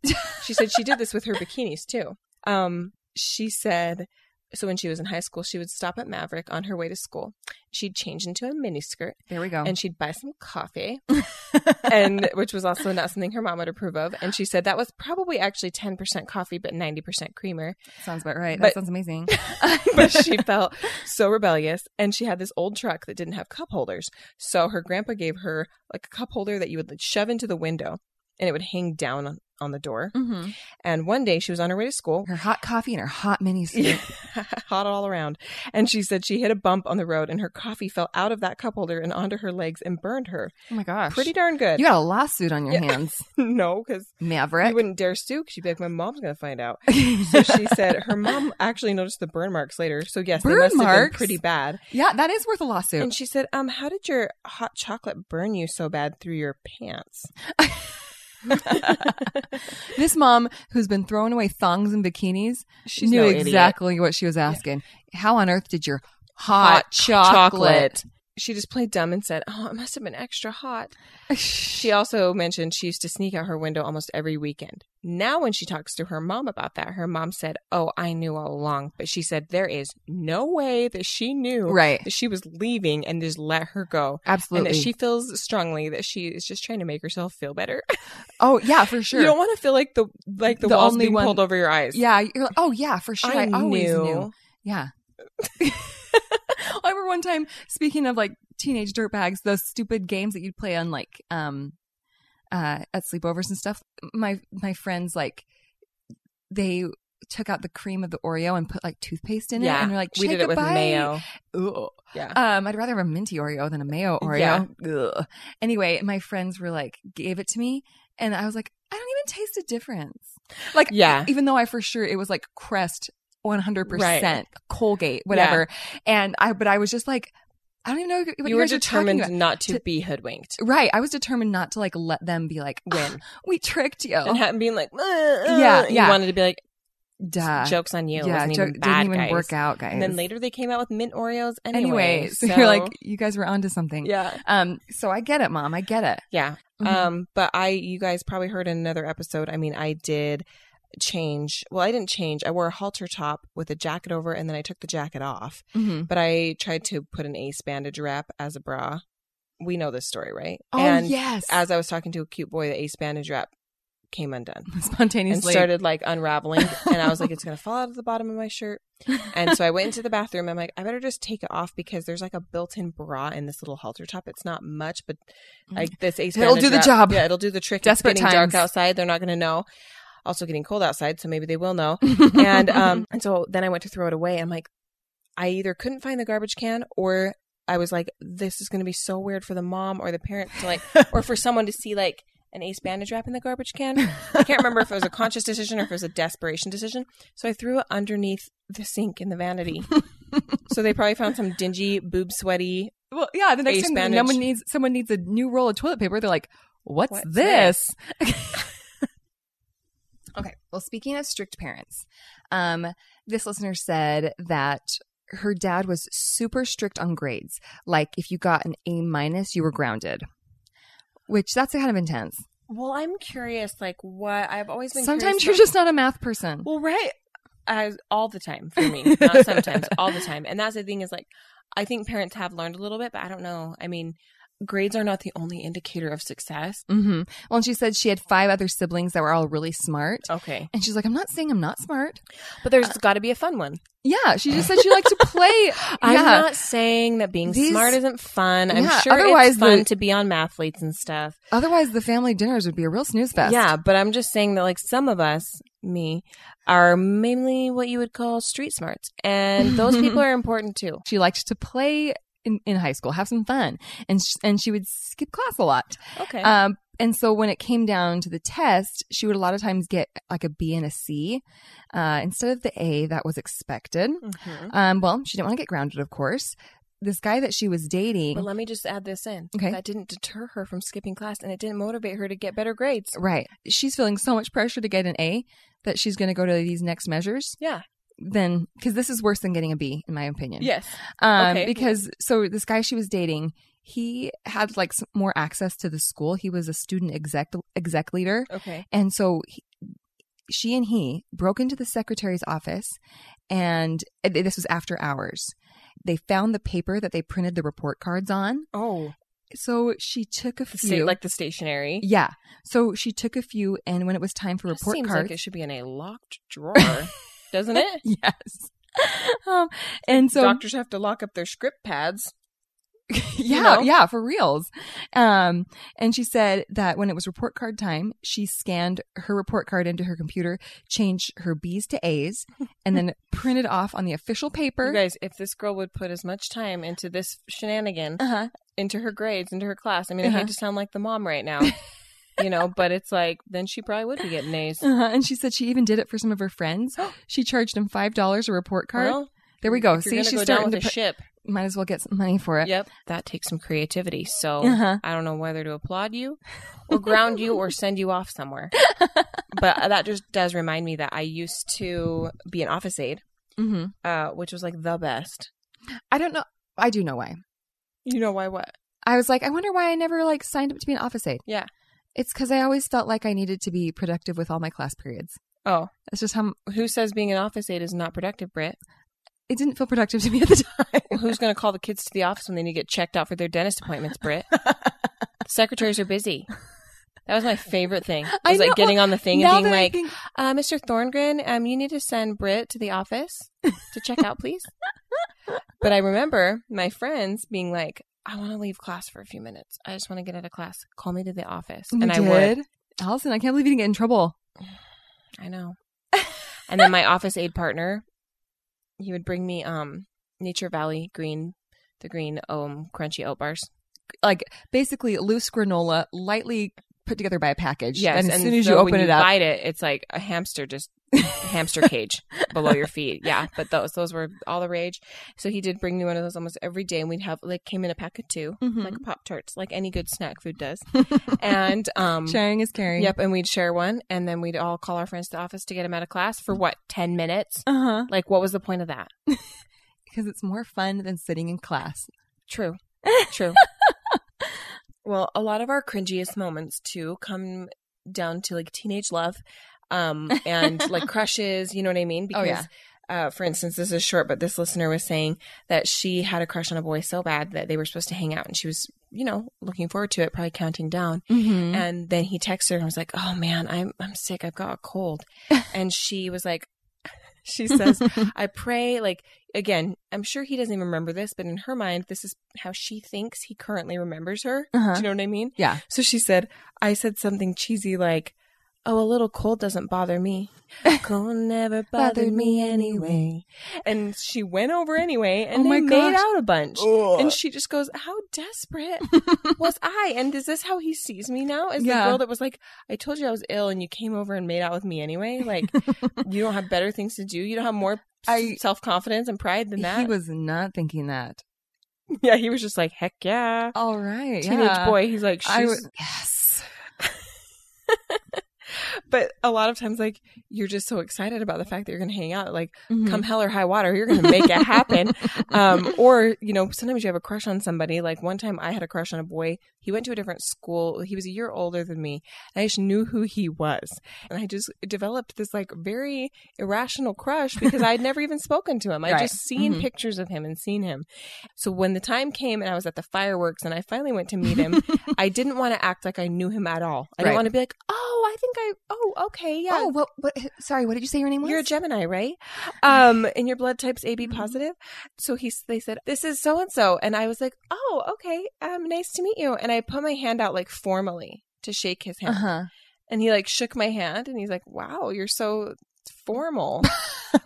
Speaker 3: she said she did this with her bikinis too. Um, she said so when she was in high school, she would stop at Maverick on her way to school. She'd change into a miniskirt
Speaker 2: There we go.
Speaker 3: and she'd buy some coffee and which was also not something her mom would approve of and she said that was probably actually 10% coffee but 90% creamer
Speaker 2: sounds about right. that
Speaker 3: But-
Speaker 2: sounds amazing.
Speaker 3: but she felt so rebellious and she had this old truck that didn't have cup holders so her grandpa gave her like a cup holder that you would like, shove into the window and it would hang down on, on the door
Speaker 2: hmm
Speaker 3: and one day she was on her way to school
Speaker 2: Her hot coffee and her hot mini suit.
Speaker 3: hot all around and she said she hit a bump on the road and her coffee fell out of that cup holder and onto her legs and burned her
Speaker 2: Oh my gosh.
Speaker 3: pretty darn good
Speaker 2: you got a lawsuit on your
Speaker 3: Yeah.
Speaker 2: hands,
Speaker 3: no because You
Speaker 2: Maverick.
Speaker 3: wouldn't dare sue because she'd be like, my mom's going to find out. So she said her mom actually noticed the burn marks later. So yes,
Speaker 2: Burn
Speaker 3: they must have been
Speaker 2: marks?
Speaker 3: pretty bad.
Speaker 2: yeah, that is worth a lawsuit.
Speaker 3: And she said, um, how did your hot chocolate burn you so bad through your pants?
Speaker 2: This mom who's been throwing away thongs and bikinis
Speaker 3: She's
Speaker 2: knew
Speaker 3: no idiot.
Speaker 2: exactly what she was asking. How on earth did your hot, chocolate?
Speaker 3: She just played dumb and said, oh, it must have been extra hot. She also mentioned she used to sneak out her window almost every weekend. Now, when she talks to her mom about that, her mom said, oh, I knew all along. But she said there is no way that she knew
Speaker 2: Right.
Speaker 3: that she was leaving and just let her go.
Speaker 2: Absolutely.
Speaker 3: And that she feels strongly that she is just trying to make herself feel better.
Speaker 2: oh yeah, for sure.
Speaker 3: You don't want to feel like the like the,
Speaker 2: The
Speaker 3: walls
Speaker 2: only
Speaker 3: being
Speaker 2: one-
Speaker 3: pulled over your eyes.
Speaker 2: yeah, you're like, oh yeah, for sure. I,
Speaker 3: I,
Speaker 2: always
Speaker 3: knew.
Speaker 2: knew. Yeah. I remember one time speaking of like teenage dirtbags, those stupid games that you'd play on like um uh at sleepovers and stuff. My my friends like they took out the cream of the Oreo and put like toothpaste in it
Speaker 3: yeah,
Speaker 2: and they're like
Speaker 3: we
Speaker 2: "Take
Speaker 3: did it
Speaker 2: a
Speaker 3: with
Speaker 2: bite."
Speaker 3: mayo.
Speaker 2: Ugh.
Speaker 3: Yeah,
Speaker 2: Um, I'd rather have a minty Oreo than a mayo Oreo. Ugh. Anyway, my friends were like, gave it to me, and I was like, I don't even taste a difference. Like,
Speaker 3: Yeah.
Speaker 2: even though I for sure it was like Crest, one hundred
Speaker 3: Right.
Speaker 2: percent Colgate, whatever. And I, but I was just like, I don't even know what you,
Speaker 3: you were
Speaker 2: guys are talking
Speaker 3: determined
Speaker 2: about.
Speaker 3: not to,
Speaker 2: To-
Speaker 3: be hoodwinked.
Speaker 2: Right, I was determined not to like let them be like,
Speaker 3: Win
Speaker 2: we tricked you.
Speaker 3: Mm. and ha- being like,
Speaker 2: Yeah,
Speaker 3: yeah, you
Speaker 2: yeah.
Speaker 3: wanted to be like,
Speaker 2: Duh.
Speaker 3: Jokes on you. It
Speaker 2: yeah,
Speaker 3: wasn't
Speaker 2: joke-
Speaker 3: even bad,
Speaker 2: didn't even
Speaker 3: guys.
Speaker 2: work out, guys.
Speaker 3: And then later they came out with mint Oreos anyway.
Speaker 2: anyway, so
Speaker 3: so-
Speaker 2: you're like, you guys were onto something.
Speaker 3: yeah,
Speaker 2: Um. So I get it, mom. I get it.
Speaker 3: yeah.
Speaker 2: Mhm.
Speaker 3: Um, but I, you guys probably heard in another episode. I mean, I did change. Well, I didn't change. I wore a halter top with a jacket over, and then I took the jacket off.
Speaker 2: Mhm.
Speaker 3: But I tried to put an ace bandage wrap as a bra. We know this story, right?
Speaker 2: Oh
Speaker 3: and
Speaker 2: yes.
Speaker 3: as I was talking to a cute boy, the ace bandage wrap came undone. and
Speaker 2: spontaneously
Speaker 3: started like unraveling and i was like it's gonna fall out of the bottom of my shirt and so i went into the bathroom i'm like i better just take it off because there's like a built-in bra in this little halter top it's not much but like this ace
Speaker 2: Mm. It'll
Speaker 3: bandage
Speaker 2: do the
Speaker 3: wrap-
Speaker 2: job.
Speaker 3: yeah it'll do the trick It's
Speaker 2: Desperate
Speaker 3: getting
Speaker 2: times.
Speaker 3: dark outside they're not gonna know also getting cold outside so maybe they will know and um and so then i went to throw it away i'm like i either couldn't find the garbage can or i was like this is gonna be so weird for the mom or the parent to like or for someone to see like an ace bandage wrap in the garbage can I can't remember if it was a conscious decision or if it was a desperation decision. So I threw it underneath the sink in the vanity. so they probably found some dingy, boob sweaty.
Speaker 2: Well, yeah. The next
Speaker 3: Ace
Speaker 2: time
Speaker 3: bandage.
Speaker 2: someone needs someone needs a new roll of toilet paper, they're like, "What's,
Speaker 3: What's
Speaker 2: this?" okay. Well, speaking of strict parents, um, this listener said that her dad was super strict on grades. Like, if you got an A minus, you were grounded. Which that's kind of intense.
Speaker 3: Well, I'm curious, like what I've always been.
Speaker 2: Sometimes
Speaker 3: curious
Speaker 2: you're
Speaker 3: about-
Speaker 2: just not a math person.
Speaker 3: well, right? As all the time for me, not sometimes, all the time. And that's the thing is, like, I think parents have learned a little bit, but I don't know. I mean, grades are not the only indicator of success.
Speaker 2: hmm Well, and she said she had five other siblings that were all really smart.
Speaker 3: Okay,
Speaker 2: And she's like, I'm not saying I'm not smart.
Speaker 3: but there's
Speaker 2: Uh,
Speaker 3: got to be a fun one.
Speaker 2: Yeah, she just said she liked to play.
Speaker 3: I'm
Speaker 2: Yeah.
Speaker 3: not saying that being
Speaker 2: These-
Speaker 3: smart isn't fun. I'm
Speaker 2: Yeah,
Speaker 3: sure
Speaker 2: otherwise
Speaker 3: it's fun
Speaker 2: the-
Speaker 3: to be on mathletes and stuff.
Speaker 2: Otherwise, the family dinners would be a real snooze fest.
Speaker 3: Yeah, but I'm just saying that like some of us, me, are mainly what you would call street smarts, and those people are important too.
Speaker 2: She liked to play in, in high school, have some fun, and sh- and she would skip class a lot.
Speaker 3: Okay.
Speaker 2: Um, and so when it came down to the test, she would a lot of times get like a B and a C uh, instead of the A that was expected. Um, well, she didn't want to get grounded, of course. This guy that she was dating,
Speaker 3: But let me just add this in.
Speaker 2: Okay.
Speaker 3: That didn't deter her from skipping class, and it didn't motivate her to get better grades.
Speaker 2: right? She's feeling so much pressure to get an A that she's going to go to these next measures.
Speaker 3: Yeah.
Speaker 2: Then, because this is worse than getting a B, in my opinion.
Speaker 3: Yes.
Speaker 2: Um,
Speaker 3: Okay.
Speaker 2: Because so this guy she was dating, he had like some more access to the school. He was a student exec exec leader,
Speaker 3: Okay.
Speaker 2: and so he, she and he broke into the secretary's office, and and this was after hours. They found the paper that they printed the report cards on.
Speaker 3: Oh,
Speaker 2: So she took a
Speaker 3: the
Speaker 2: few.
Speaker 3: state like the stationery.
Speaker 2: yeah. So she took a few, and when it was time for
Speaker 3: That
Speaker 2: report
Speaker 3: seems
Speaker 2: cards,
Speaker 3: like it should be in a locked drawer, doesn't it?
Speaker 2: yes. um, and so
Speaker 3: Doctors have to lock up their script pads.
Speaker 2: yeah,
Speaker 3: know?
Speaker 2: yeah, for reals. Um, and she said that when it was report card time, she scanned her report card into her computer, changed her B's to A's, and then printed off on the official paper.
Speaker 3: You guys, if this girl would put as much time into this shenanigan,
Speaker 2: uh-huh.
Speaker 3: into her grades, into her class, I mean, I
Speaker 2: Uh-huh.
Speaker 3: hate to sound like the mom right now, you know, but it's like, then she probably would be getting A's.
Speaker 2: Uh-huh. And she said she even did it for some of her friends. she charged them five dollars a report card.
Speaker 3: Well,
Speaker 2: there we go.
Speaker 3: if
Speaker 2: See,
Speaker 3: you're gonna
Speaker 2: she's
Speaker 3: go down
Speaker 2: starting
Speaker 3: with
Speaker 2: to
Speaker 3: a
Speaker 2: put-
Speaker 3: ship.
Speaker 2: might as well get some money for it.
Speaker 3: Yep, that takes some creativity. So
Speaker 2: Uh-huh.
Speaker 3: I don't know whether to applaud you, or ground you, or send you off somewhere. But uh, that just does remind me that I used to be an office aide,
Speaker 2: hmm
Speaker 3: uh, which was like the best.
Speaker 2: I don't know. I do know why.
Speaker 3: You know why? What?
Speaker 2: I was like, I wonder why I never like signed up to be an office aide.
Speaker 3: Yeah.
Speaker 2: It's because I always felt like I needed to be productive with all my class periods.
Speaker 3: Oh,
Speaker 2: That's just how
Speaker 3: who says being an office aide is not productive, Britt?
Speaker 2: it didn't feel productive to me at the time.
Speaker 3: Well, who's going to call the kids to the office when they need to get checked out for their dentist appointments, Britt? Secretaries are busy. That was my favorite thing.
Speaker 2: I
Speaker 3: Was
Speaker 2: know.
Speaker 3: like getting on the thing
Speaker 2: Now
Speaker 3: and being
Speaker 2: that I
Speaker 3: like,
Speaker 2: think-
Speaker 3: uh, "Mr. Thorngren, um, you need to send Britt to the office to check out, please." but I remember my friends being like, "I want to leave class for a few minutes. I just want to get out of class. Call me to the office."
Speaker 2: You
Speaker 3: and I would.
Speaker 2: did? Allison, I can't believe you didn't get in trouble.
Speaker 3: I know. and then my office aid partner, he would bring me um Nature Valley green, the green um crunchy oat bars.
Speaker 2: Like basically loose granola, lightly put together by a package.
Speaker 3: Yes,
Speaker 2: and as
Speaker 3: and
Speaker 2: soon as
Speaker 3: so
Speaker 2: you
Speaker 3: when
Speaker 2: open it up,
Speaker 3: bite it, it's like a hamster just hamster cage below your feet. Yeah, but those those were all the rage. So he did bring me one of those almost every day, and we'd have like came in a pack of 2
Speaker 2: Mhm.
Speaker 3: like pop tarts, like any good snack food does. and um,
Speaker 2: Sharing is caring.
Speaker 3: yep, and we'd share one, and then we'd all call our friends to the office to get him out of class for what ten minutes.
Speaker 2: Uh huh.
Speaker 3: Like, what was the point of that?
Speaker 2: Because it's more fun than sitting in class.
Speaker 3: True. True. well, a lot of our cringiest moments too come down to like teenage love um and like crushes, you know what I mean?
Speaker 2: Oh, yeah.
Speaker 3: uh for instance, this is short, but this listener was saying that she had a crush on a boy so bad that they were supposed to hang out and she was, you know, looking forward to it, probably counting down.
Speaker 2: Mm-hmm.
Speaker 3: And then he texted her and was like, "Oh man, I'm I'm sick. I've got a cold." And she was like, she says, "I pray." Like again, I'm sure he doesn't even remember this, but in her mind, this is how she thinks he currently remembers her. Do
Speaker 2: Uh-huh.
Speaker 3: you know what I mean?
Speaker 2: Yeah.
Speaker 3: So she said, "I said something cheesy like." Oh, a little cold doesn't bother me. Cold never bothered me anyway. And she went over anyway, and
Speaker 2: Oh my
Speaker 3: they made
Speaker 2: gosh.
Speaker 3: out a bunch. And she just goes, "How desperate was I? And is this how he sees me now? Is
Speaker 2: Yeah.
Speaker 3: the girl that was like, I told you I was ill and you came over and made out with me anyway? Like, you don't have better things to do? You don't have more
Speaker 2: I-
Speaker 3: self confidence and pride than that?
Speaker 2: He was not thinking that.
Speaker 3: yeah, he was just like, heck yeah.
Speaker 2: All right.
Speaker 3: Teenage
Speaker 2: yeah.
Speaker 3: boy. He's like, she's.
Speaker 2: I w- yes.
Speaker 3: but a lot of times, like, you're just so excited about the fact that you're going to hang out. Like,
Speaker 2: Mhm.
Speaker 3: come hell or high water, you're going to make it happen. um, or you know, sometimes you have a crush on somebody. Like one time, I had a crush on a boy. He went to a different school. He was a year older than me. And I just knew who he was, and I just developed this like very irrational crush because I had never even spoken to him. I
Speaker 2: Right.
Speaker 3: just seen
Speaker 2: Mhm.
Speaker 3: pictures of him and seen him. So when the time came and I was at the fireworks and I finally went to meet him, I didn't want to act like I knew him at all. I
Speaker 2: Right.
Speaker 3: didn't want to be like, oh, I think I, oh, okay, yeah,
Speaker 2: Oh, what, what? Sorry, what did you say your name was?
Speaker 3: you're a Gemini, right? Um, and your blood type's AB
Speaker 2: Mm-hmm.
Speaker 3: positive. So he, they said, "This is so and so," and I was like, "Oh, okay. Um, nice to meet you." And I put my hand out like formally to shake his
Speaker 2: Uh
Speaker 3: hand,
Speaker 2: huh.
Speaker 3: and he like shook my hand, and he's like, "Wow, you're so formal."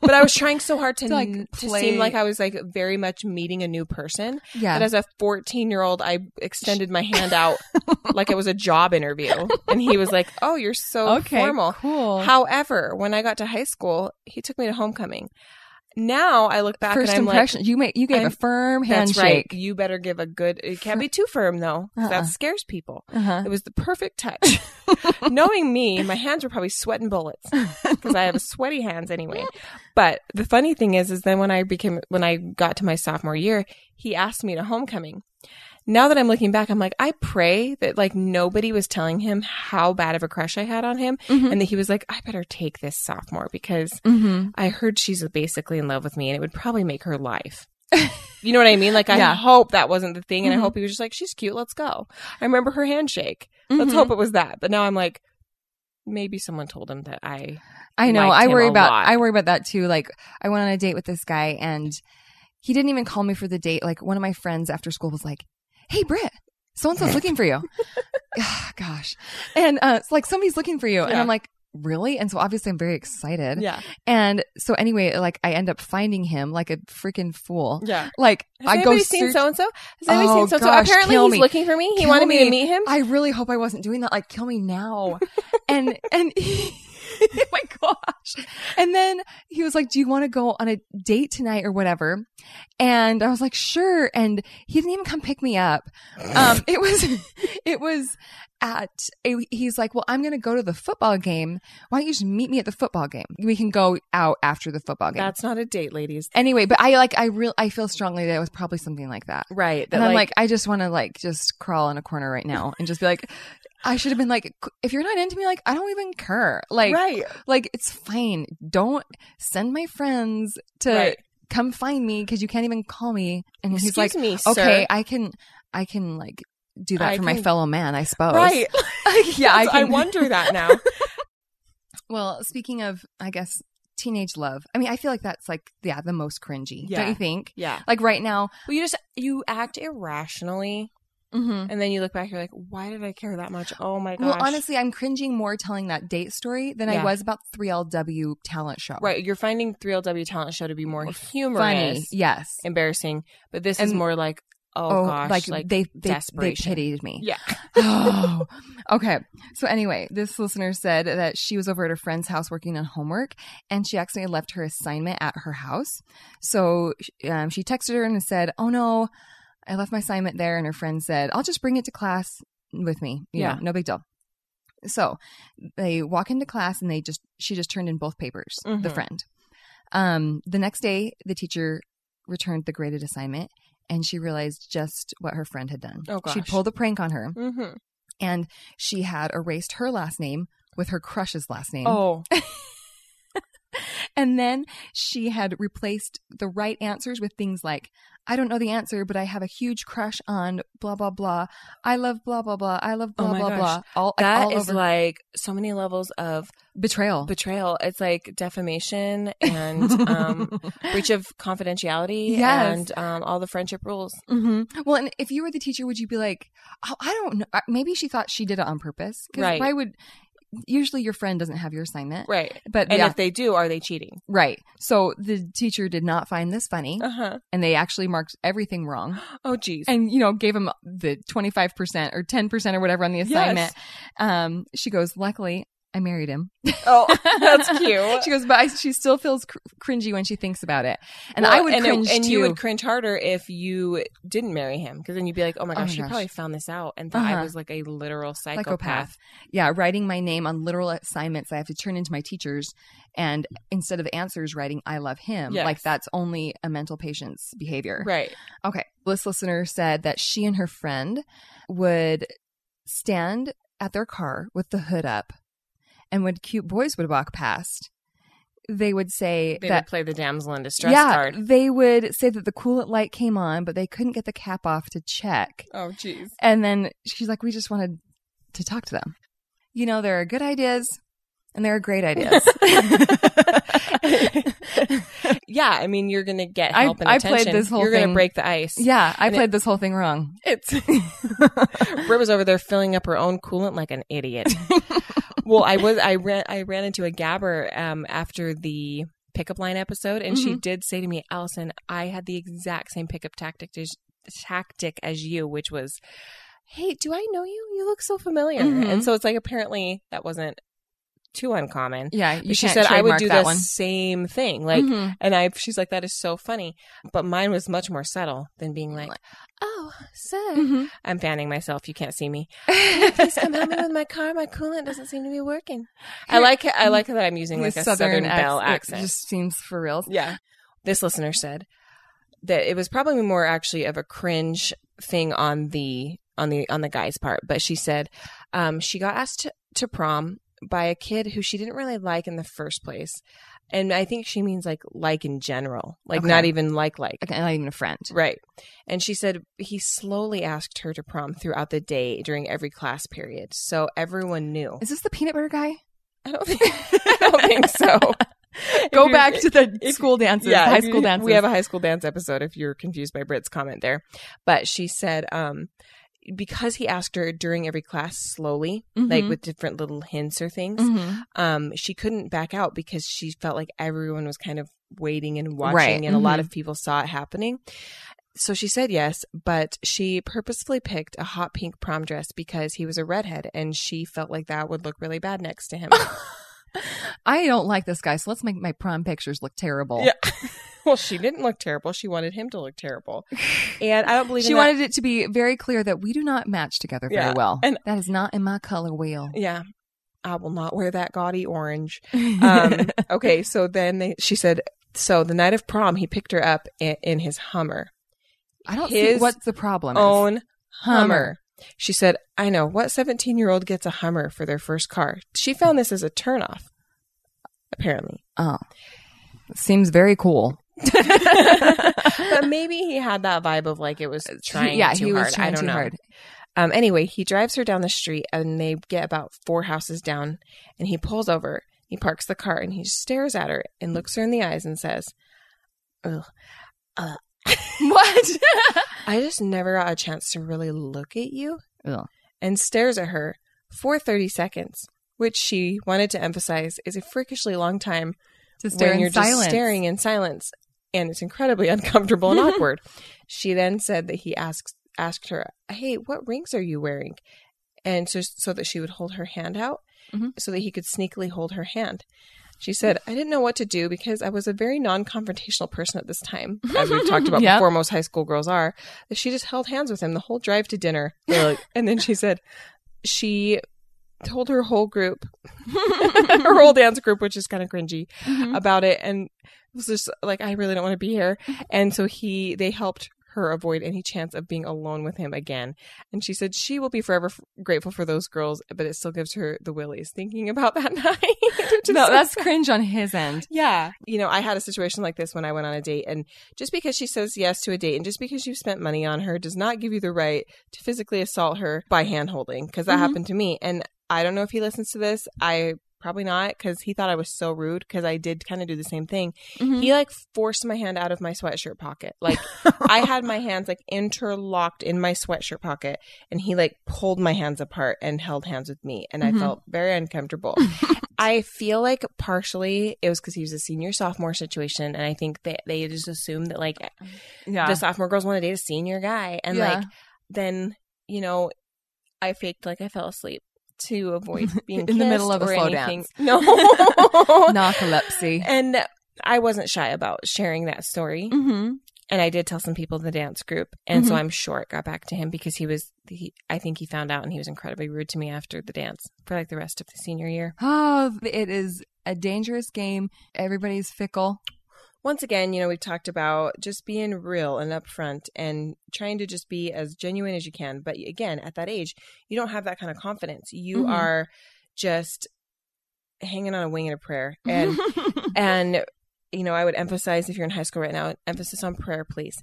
Speaker 3: but I was trying so hard to,
Speaker 2: To, like,
Speaker 3: n- to
Speaker 2: play-
Speaker 3: seem like I was like very much meeting a new person.
Speaker 2: Yeah.
Speaker 3: But as a 14 year old, I extended my hand out like it was a job interview, and he was like, "Oh, you're so
Speaker 2: okay.
Speaker 3: formal."
Speaker 2: Cool.
Speaker 3: However, when I got to high school, he took me to homecoming. Now I look back
Speaker 2: First
Speaker 3: and I'm
Speaker 2: impression. you made. You gave a
Speaker 3: I'm-
Speaker 2: firm
Speaker 3: like, that's right.
Speaker 2: handshake.
Speaker 3: You better give a good. It can't be too firm though. 'cause
Speaker 2: Uh-uh.
Speaker 3: That scares people.
Speaker 2: Uh-huh.
Speaker 3: It was the perfect touch. Knowing me, my hands were probably sweating bullets because I have sweaty hands anyway. But the funny thing is, is then when I became when I got to my sophomore year, he asked me to homecoming. Now that I'm looking back, I'm like, I pray that like nobody was telling him how bad of a crush I had on him, and that he was like, I better take this sophomore because
Speaker 2: Mm-hmm.
Speaker 3: I heard she's basically in love with me and it would probably make her life. You know what I mean? Like, I
Speaker 2: Yeah.
Speaker 3: hope that wasn't the thing. And
Speaker 2: Mhm.
Speaker 3: I hope he was just like, she's cute. Let's go. I remember her handshake. Let's
Speaker 2: Mm-hmm.
Speaker 3: hope it was that. But now I'm like, maybe someone told him that I.
Speaker 2: I know.
Speaker 3: liked
Speaker 2: I
Speaker 3: him
Speaker 2: worry
Speaker 3: a
Speaker 2: about
Speaker 3: lot.
Speaker 2: I worry about that too. Like I went on a date with this guy and he didn't even call me for the date. Like one of my friends after school was like, "Hey, Britt, so and so's looking for you." Ah, Gosh, and uh, it's like somebody's looking for you, and
Speaker 3: Yeah.
Speaker 2: I'm like, "Really?" And so obviously I'm very excited.
Speaker 3: Yeah.
Speaker 2: And so anyway, like I end up finding him like a freaking fool.
Speaker 3: Yeah.
Speaker 2: Like
Speaker 3: Has
Speaker 2: I go
Speaker 3: anybody seen
Speaker 2: search.
Speaker 3: so and so? Has anybody
Speaker 2: Oh,
Speaker 3: seen so and so?
Speaker 2: gosh,
Speaker 3: Apparently
Speaker 2: kill
Speaker 3: he's
Speaker 2: me.
Speaker 3: looking for me. He
Speaker 2: Kill
Speaker 3: wanted me.
Speaker 2: me.
Speaker 3: to meet him.
Speaker 2: I really hope I wasn't doing that. Like, kill me now. And and he, oh my gosh. And then he was like, "Do you want to go on a date tonight or whatever?" And I was like, "Sure." And he didn't even come pick me up. Um, it was it was at a, he's like, "Well, I'm going to go to the football game. Why don't you just meet me at the football game? We can go out after the football game."
Speaker 3: That's not a date, ladies.
Speaker 2: anyway, but I like I real I feel strongly that it was probably something like that
Speaker 3: Right.
Speaker 2: and I'm like, I just want to like just crawl in a corner right now and just be like, I should have been like, if you're not into me, like I don't even care. Like,
Speaker 3: right.
Speaker 2: like it's fine. Don't send my friends to
Speaker 3: Right.
Speaker 2: come find me because you can't even call me. And he's
Speaker 3: Excuse
Speaker 2: like,
Speaker 3: me,
Speaker 2: okay,
Speaker 3: sir.
Speaker 2: I can, I can like do that
Speaker 3: I
Speaker 2: for my
Speaker 3: can-
Speaker 2: fellow man, I suppose.
Speaker 3: Right.
Speaker 2: yeah, I
Speaker 3: So I
Speaker 2: can-
Speaker 3: wonder that now.
Speaker 2: Well, speaking of, I guess teenage love. I mean, I feel like that's like yeah, the most cringy. Don't
Speaker 3: Yeah.
Speaker 2: you think?
Speaker 3: yeah.
Speaker 2: Like right now.
Speaker 3: Well, you just, you act irrationally.
Speaker 2: Mm-hmm.
Speaker 3: And then you look back, you're like, why did I care that much? Oh my gosh.
Speaker 2: Well, honestly, I'm cringing more telling that date story than I
Speaker 3: Yeah.
Speaker 2: was about 3LW talent show.
Speaker 3: Right. You're finding 3LW talent show to be more humorous,
Speaker 2: Funny. Yes.
Speaker 3: embarrassing, but this is
Speaker 2: And-
Speaker 3: more like oh, gosh, like,
Speaker 2: they they, they
Speaker 3: desperation.
Speaker 2: pitied me.
Speaker 3: yeah,
Speaker 2: oh, okay. So anyway, this listener said that she was over at her friend's house working on homework, and she accidentally left her assignment at her house. So um, she texted her and said, "Oh no, I left my assignment there." And her friend said, "I'll just bring it to class with me. You
Speaker 3: Yeah.
Speaker 2: know, no big deal." So they walk into class, and they just she just turned in both papers. The
Speaker 3: Mhm.
Speaker 2: friend. Um, the next day, the teacher returned the graded assignment. And she realized just what her friend had done.
Speaker 3: Oh,
Speaker 2: She'd
Speaker 3: gosh.
Speaker 2: pulled a prank on her
Speaker 3: mm-hmm.
Speaker 2: and she had erased her last name with her crush's last name.
Speaker 3: oh,
Speaker 2: And then she had replaced the right answers with things like, I don't know the answer, but I have a huge crush on blah, blah, blah. I love blah, blah, blah. I love
Speaker 3: Oh
Speaker 2: blah,
Speaker 3: my
Speaker 2: blah,
Speaker 3: gosh.
Speaker 2: blah. All, like,
Speaker 3: that
Speaker 2: all
Speaker 3: is
Speaker 2: over. Oh.
Speaker 3: like so many levels of
Speaker 2: betrayal.
Speaker 3: betrayal. It's like defamation and um, breach of confidentiality
Speaker 2: Yes.
Speaker 3: and um, all the friendship rules.
Speaker 2: hmm Well, and if you were the teacher, would you be like, oh, I don't know. uh, Maybe she thought she did it on purpose. 'Cause
Speaker 3: Right.
Speaker 2: Why would, usually your friend doesn't have your assignment.
Speaker 3: Right.
Speaker 2: But
Speaker 3: And
Speaker 2: yeah,
Speaker 3: if they do, are they cheating?
Speaker 2: right. So the teacher did not find this funny
Speaker 3: Uh-huh.
Speaker 2: and they actually marked everything wrong.
Speaker 3: Oh geez.
Speaker 2: and you know gave him the 25% or 10% or whatever on the assignment um she goes luckily i married him
Speaker 3: oh, that's cute.
Speaker 2: she goes but I, she still feels cr- cringy when she thinks about it and
Speaker 3: Well,
Speaker 2: i would
Speaker 3: and it-
Speaker 2: cringe
Speaker 3: and
Speaker 2: too
Speaker 3: you would cringe harder if you didn't marry him because then you'd be like, "Oh my
Speaker 2: Oh my
Speaker 3: gosh, she
Speaker 2: gosh.
Speaker 3: probably found this out and thought
Speaker 2: Uh-huh.
Speaker 3: I was like a literal psychopath."
Speaker 2: Psychopath. yeah writing my name on literal assignments i have to turn into my teachers and instead of answers writing i love him
Speaker 3: Yes.
Speaker 2: like that's only a mental patient's behavior
Speaker 3: Right.
Speaker 2: Okay. This listener said that she and her friend would stand at their car with the hood up, and when cute boys would walk past, they would say
Speaker 3: They
Speaker 2: that.
Speaker 3: would play the damsel in distress
Speaker 2: yeah,
Speaker 3: card.
Speaker 2: they would say that the coolant light came on, but they couldn't get the cap off to check.
Speaker 3: Oh jeez.
Speaker 2: And then she's like, "We just wanted to talk to them. You know, there are good ideas, and there are great ideas."
Speaker 3: Yeah, I mean, you're gonna get
Speaker 2: I-
Speaker 3: help and
Speaker 2: I played
Speaker 3: attention.
Speaker 2: this whole
Speaker 3: you're
Speaker 2: thing-
Speaker 3: gonna break the ice.
Speaker 2: yeah, I
Speaker 3: And it-
Speaker 2: played this whole thing wrong.
Speaker 3: It's Britt was over there filling up her own coolant like an idiot. well, I was I ran I ran into a gabber um, after the pickup line episode, and
Speaker 2: Mm-hmm.
Speaker 3: she did say to me, Allison, I had the exact same pickup tactic as, tactic as you, which was, Hey, do I know you? You look so familiar.
Speaker 2: Mhm.
Speaker 3: And so it's like apparently that wasn't too uncommon.
Speaker 2: Yeah, you
Speaker 3: she
Speaker 2: can't
Speaker 3: said I
Speaker 2: trademark
Speaker 3: would do
Speaker 2: that
Speaker 3: the
Speaker 2: one.
Speaker 3: same thing, like.
Speaker 2: Mhm.
Speaker 3: And I, she's like, that is so funny. But mine was much more subtle than being like, oh, sir,
Speaker 2: Mhm.
Speaker 3: I'm fanning myself. You can't see me.
Speaker 2: Mm-hmm.
Speaker 3: Please come help me with my car. My coolant doesn't seem to be working. I like
Speaker 2: mm-hmm.
Speaker 3: I like that I'm using like
Speaker 2: The
Speaker 3: a Southern,
Speaker 2: acc-
Speaker 3: Belle
Speaker 2: it
Speaker 3: accent.
Speaker 2: just seems for real.
Speaker 3: yeah. This listener said that it was probably more actually of a cringe thing on the on the on the guy's part, but she said um, she got asked to, to prom by a kid who she didn't really like in the first place, and I think she means like like in general, like
Speaker 2: Okay.
Speaker 3: not even like like.
Speaker 2: Okay, not even a friend.
Speaker 3: Right. And she said he slowly asked her to prom throughout the day during every class period. So everyone knew.
Speaker 2: Is this the peanut butter guy?
Speaker 3: I don't think, I don't think so. If
Speaker 2: Go
Speaker 3: you're-
Speaker 2: back to the
Speaker 3: if-
Speaker 2: school dances,
Speaker 3: yeah,
Speaker 2: high
Speaker 3: if you-
Speaker 2: school dances.
Speaker 3: We have a high school dance episode if you're confused by Brit's comment there. But she said um, because he asked her during every class slowly, like
Speaker 2: Mhm.
Speaker 3: with different little hints or things,
Speaker 2: Mhm.
Speaker 3: um, she couldn't back out because she felt like everyone was kind of waiting and watching,
Speaker 2: Right. Mm-hmm.
Speaker 3: and a lot of people saw it happening. So she said yes, but she purposefully picked a hot pink prom dress because he was a redhead, and she felt like that would look really bad next to him.
Speaker 2: I don't like this guy, so let's make my prom pictures look terrible.
Speaker 3: Yeah. well, she didn't look terrible; she wanted him to look terrible, and I don't believe
Speaker 2: She
Speaker 3: in that-
Speaker 2: wanted it to be very clear that we do not match together very
Speaker 3: Yeah,
Speaker 2: well.
Speaker 3: and-
Speaker 2: that is not in my color wheel.
Speaker 3: Yeah, I will not wear that gaudy orange. um, okay, so then they, she said, so the night of prom, he picked her up in, in his Hummer,
Speaker 2: I don't see
Speaker 3: his
Speaker 2: what the problem is.
Speaker 3: own Hummer.
Speaker 2: Hummer.
Speaker 3: She said, I know, what 17 year old gets a Hummer for their first car? She found this as a turnoff, apparently.
Speaker 2: Oh, seems very cool.
Speaker 3: but maybe he had that vibe of like it was trying
Speaker 2: yeah,
Speaker 3: too
Speaker 2: Uh, he was
Speaker 3: hard.
Speaker 2: trying
Speaker 3: I don't
Speaker 2: too
Speaker 3: know.
Speaker 2: hard.
Speaker 3: Um, anyway, he drives her down the street and they get about four houses down and he pulls over, he parks the car and he stares at her and looks her in the eyes and says, Ugh, uh,
Speaker 2: What?
Speaker 3: I just never got a chance to really look at you
Speaker 2: Ugh.
Speaker 3: and stares at her for 30 seconds, which she wanted to emphasize is a freakishly long time
Speaker 2: to stare
Speaker 3: when
Speaker 2: in
Speaker 3: you're
Speaker 2: silence.
Speaker 3: just staring in silence. and it's incredibly uncomfortable and awkward. She then said that he asked asked her, "Hey, what rings are you wearing?" And so so that she would hold her hand out
Speaker 2: Mhm.
Speaker 3: so that he could sneakily hold her hand. She said, "I didn't know what to do because I was a very non-confrontational person at this time, as we've talked about
Speaker 2: Yep.
Speaker 3: before. Most high school girls are." That she just held hands with him the whole drive to dinner, and then she said she told her whole group, her whole dance group, which is kind of cringy, about it and was just like I really don't want to be here. And so he they helped her avoid any chance of being alone with him again. And she said she will be forever f- grateful for those girls, but it still gives her the willies thinking about that night. which is
Speaker 2: No,
Speaker 3: so
Speaker 2: that's cringe on his end.
Speaker 3: yeah. You know, I had a situation like this when I went on a date. And just because she says yes to a date and just because you've spent money on her does not give you the right to physically assault her by hand holding because that
Speaker 2: Mhm.
Speaker 3: happened to me. And I don't know if he listens to this. I probably not because he thought I was so rude because I did kind of do the same thing.
Speaker 2: Mhm.
Speaker 3: He like forced my hand out of my sweatshirt pocket. Like I had my hands like interlocked in my sweatshirt pocket and he like pulled my hands apart and held hands with me and
Speaker 2: Mhm.
Speaker 3: I felt very uncomfortable. I feel like partially it was because he was a senior sophomore situation, and I think that they just assume that like
Speaker 2: Yeah.
Speaker 3: the sophomore girls want to date a senior guy, and
Speaker 2: Yeah.
Speaker 3: like then you know I faked like I fell asleep to avoid being
Speaker 2: In the middle
Speaker 3: kissed
Speaker 2: of a
Speaker 3: or
Speaker 2: slow
Speaker 3: anything.
Speaker 2: dance.
Speaker 3: No,
Speaker 2: Narcolepsy.
Speaker 3: and I wasn't shy about sharing that story,
Speaker 2: Mm-hmm.
Speaker 3: and I did tell some people in the dance group, and so
Speaker 2: Mhm.
Speaker 3: I'm sure it got back to him because he was he I think he found out, and he was incredibly rude to me after the dance for like the rest of the senior year.
Speaker 2: Oh, it is a dangerous game. Everybody's fickle.
Speaker 3: once again, you know, we've talked about just being real and upfront and trying to just be as genuine as you can. But again, at that age, you don't have that kind of confidence. You
Speaker 2: Mhm.
Speaker 3: are just hanging on a wing and a prayer.
Speaker 2: Mm-hmm.
Speaker 3: And and you know, I would emphasize if you're in high school right now, emphasis on prayer, please.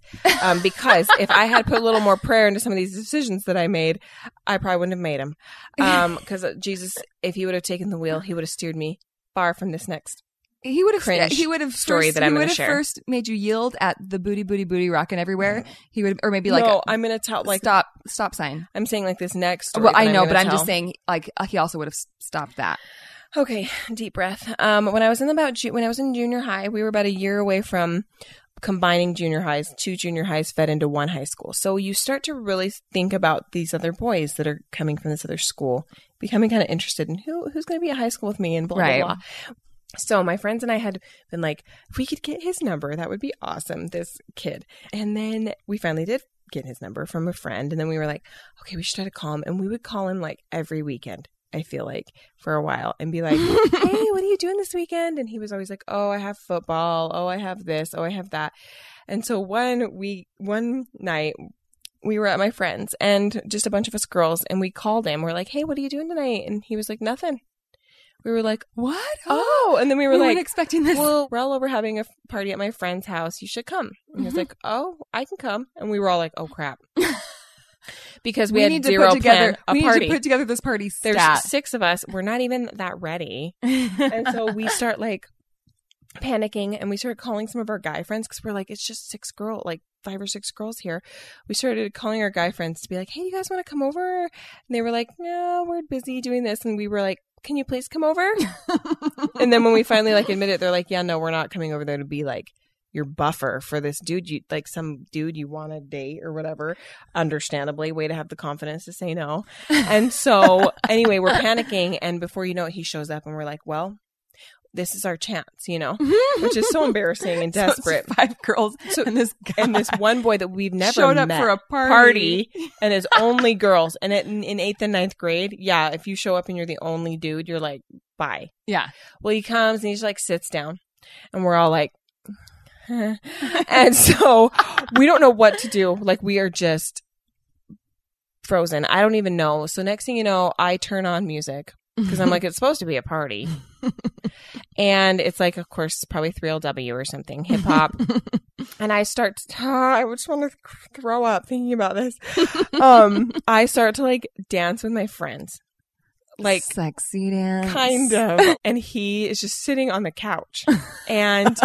Speaker 3: Um, because if I had put a little more prayer into some of these decisions that I made, I probably wouldn't have made them. Because uh, Jesus, if he would have taken the wheel, he would have steered me far from this next
Speaker 2: he would have
Speaker 3: Cringe
Speaker 2: he would have
Speaker 3: story
Speaker 2: first,
Speaker 3: that I'm
Speaker 2: he
Speaker 3: gonna
Speaker 2: would have
Speaker 3: share.
Speaker 2: first made you yield at the booty booty booty rocking everywhere. He would or maybe like a
Speaker 3: no, i am "Oh, I'm gonna tell like
Speaker 2: stop stop sign.
Speaker 3: I'm saying like this next. Story
Speaker 2: Well,
Speaker 3: that
Speaker 2: I know,
Speaker 3: gonna
Speaker 2: but I'm
Speaker 3: tell.
Speaker 2: just saying like uh, he also would have s- stopped that.
Speaker 3: Okay, deep breath. Um, when I was in about ju- when I was in junior high, we were about a year away from combining junior highs, two junior highs fed into one high school. So you start to really think about these other boys that are coming from this other school, becoming kind of interested in who who's going to be at high school with me and blah
Speaker 2: Right.
Speaker 3: blah blah. So my friends and I had been like, if we could get his number, that would be awesome. This kid, and then we finally did get his number from a friend, and then we were like, okay, we should try to call him, and we would call him like every weekend. I feel like for a while and be like, hey, what are you doing this weekend? And he was always like, oh, I have football. Oh, I have this. Oh, I have that. And so one we one night we were at my friend's and just a bunch of us girls and we called him. We're like, "Hey, what are you doing tonight?" And he was like, "Nothing." We were like,
Speaker 2: What?
Speaker 3: "Oh!" And then
Speaker 2: we
Speaker 3: we were
Speaker 2: were not
Speaker 3: like,
Speaker 2: expecting this.
Speaker 3: "Well, we're all over having a f- party at my friend's house. You should come." And he was
Speaker 2: Mhm.
Speaker 3: like, "Oh, I can come." And we were all like, "Oh crap." Because we,
Speaker 2: we
Speaker 3: had
Speaker 2: need to
Speaker 3: zero
Speaker 2: put together
Speaker 3: plan a
Speaker 2: we
Speaker 3: party.
Speaker 2: need to put together this party
Speaker 3: There's
Speaker 2: stat.
Speaker 3: six of us. We're not even that ready and so we start like panicking and we started calling some of our guy friends because we're like it's just six girl like five or six girls here we started calling our guy friends to be like hey you guys want to come over and they were like no we're busy doing this and we were like can you please come over and then when we finally like admit it they're like yeah no we're not coming over there to be like your buffer for this dude you like some dude you want to date or whatever understandably way to have the confidence to say no and so anyway we're panicking and before you know it he shows up and we're like well this is our chance you know which is so embarrassing and
Speaker 2: So it's
Speaker 3: desperate
Speaker 2: five girls
Speaker 3: So-
Speaker 2: and this guy
Speaker 3: and this one boy that we've never
Speaker 2: showed up
Speaker 3: met
Speaker 2: for a party.
Speaker 3: party and is only girls and it, in, in eighth and ninth grade yeah if you show up and you're the only dude you're like bye
Speaker 2: Yeah.
Speaker 3: well, he comes and he just like sits down, and we're all like, and so we don't know what to do. Like we are just frozen. I don't even know. So next thing you know, I turn on music because I'm like, it's supposed to be a party, and it's like, of course, probably three LW or something, hip hop, and I start. To, I just want to throw up thinking about this. Um, I start to like dance with my friends, like
Speaker 2: sexy dance.
Speaker 3: kind of and he is just sitting on the couch and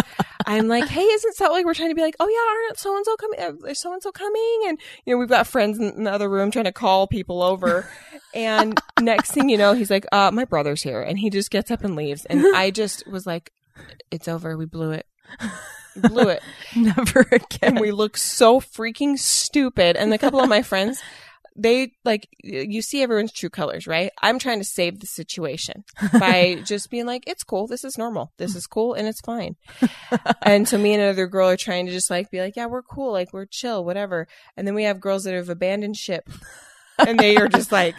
Speaker 3: i'm like hey isn't so like we're trying to be like oh yeah aren't so and so coming uh, is so and so coming and you know we've got friends in in the other room trying to call people over and next thing you know he's like uh my brother's here and he just gets up and leaves and i just was like it's over we blew it blew it.
Speaker 2: Never again.
Speaker 3: and we look so freaking stupid. And a couple of my friends, they like y- you see everyone's true colors, right? I'm trying to save the situation by just being like, "It's cool. This is normal. This is cool, and it's fine." and so me and another girl are trying to just like be like, "Yeah, we're cool. Like we're chill, whatever." And then we have girls that have abandoned ship, and they are just like.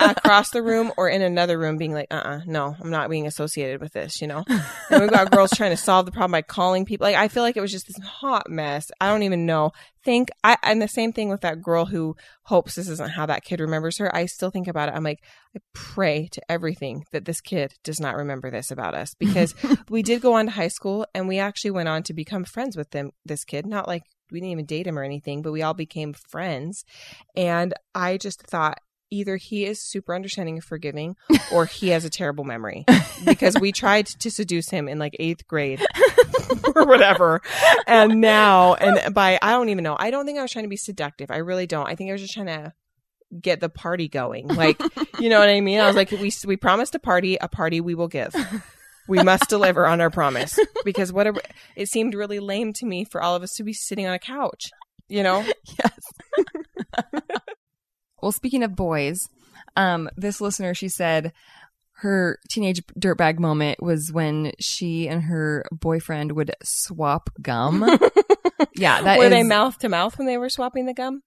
Speaker 3: Across the room or in another room, being like, uh uh no, I'm not being associated with this, you know? and we've got girls trying to solve the problem by calling people. Like I feel like it was just this hot mess. I don't even know. Think I and the same thing with that girl who hopes this isn't how that kid remembers her. I still think about it. I'm like, I pray to everything that this kid does not remember this about us because we did go on to high school and we actually went on to become friends with them this kid. Not like we didn't even date him or anything, but we all became friends. And I just thought either he is super understanding and forgiving or he has a terrible memory because we tried to seduce him in like eighth grade or whatever. And now, and by I don't even know. I don't think I was trying to be seductive. I really don't. I think I was just trying to get the party going. Like, you know what I mean? I was like, we we promised a party, a party we will give. We must deliver on our promise because what a, it seemed really lame to me for all of us to be sitting on a couch. You know,
Speaker 2: Well, speaking of boys, um, this listener, she said her teenage dirtbag moment was when she and her boyfriend would swap gum. yeah, that
Speaker 3: were
Speaker 2: is-
Speaker 3: they mouth to mouth when they were swapping the gum?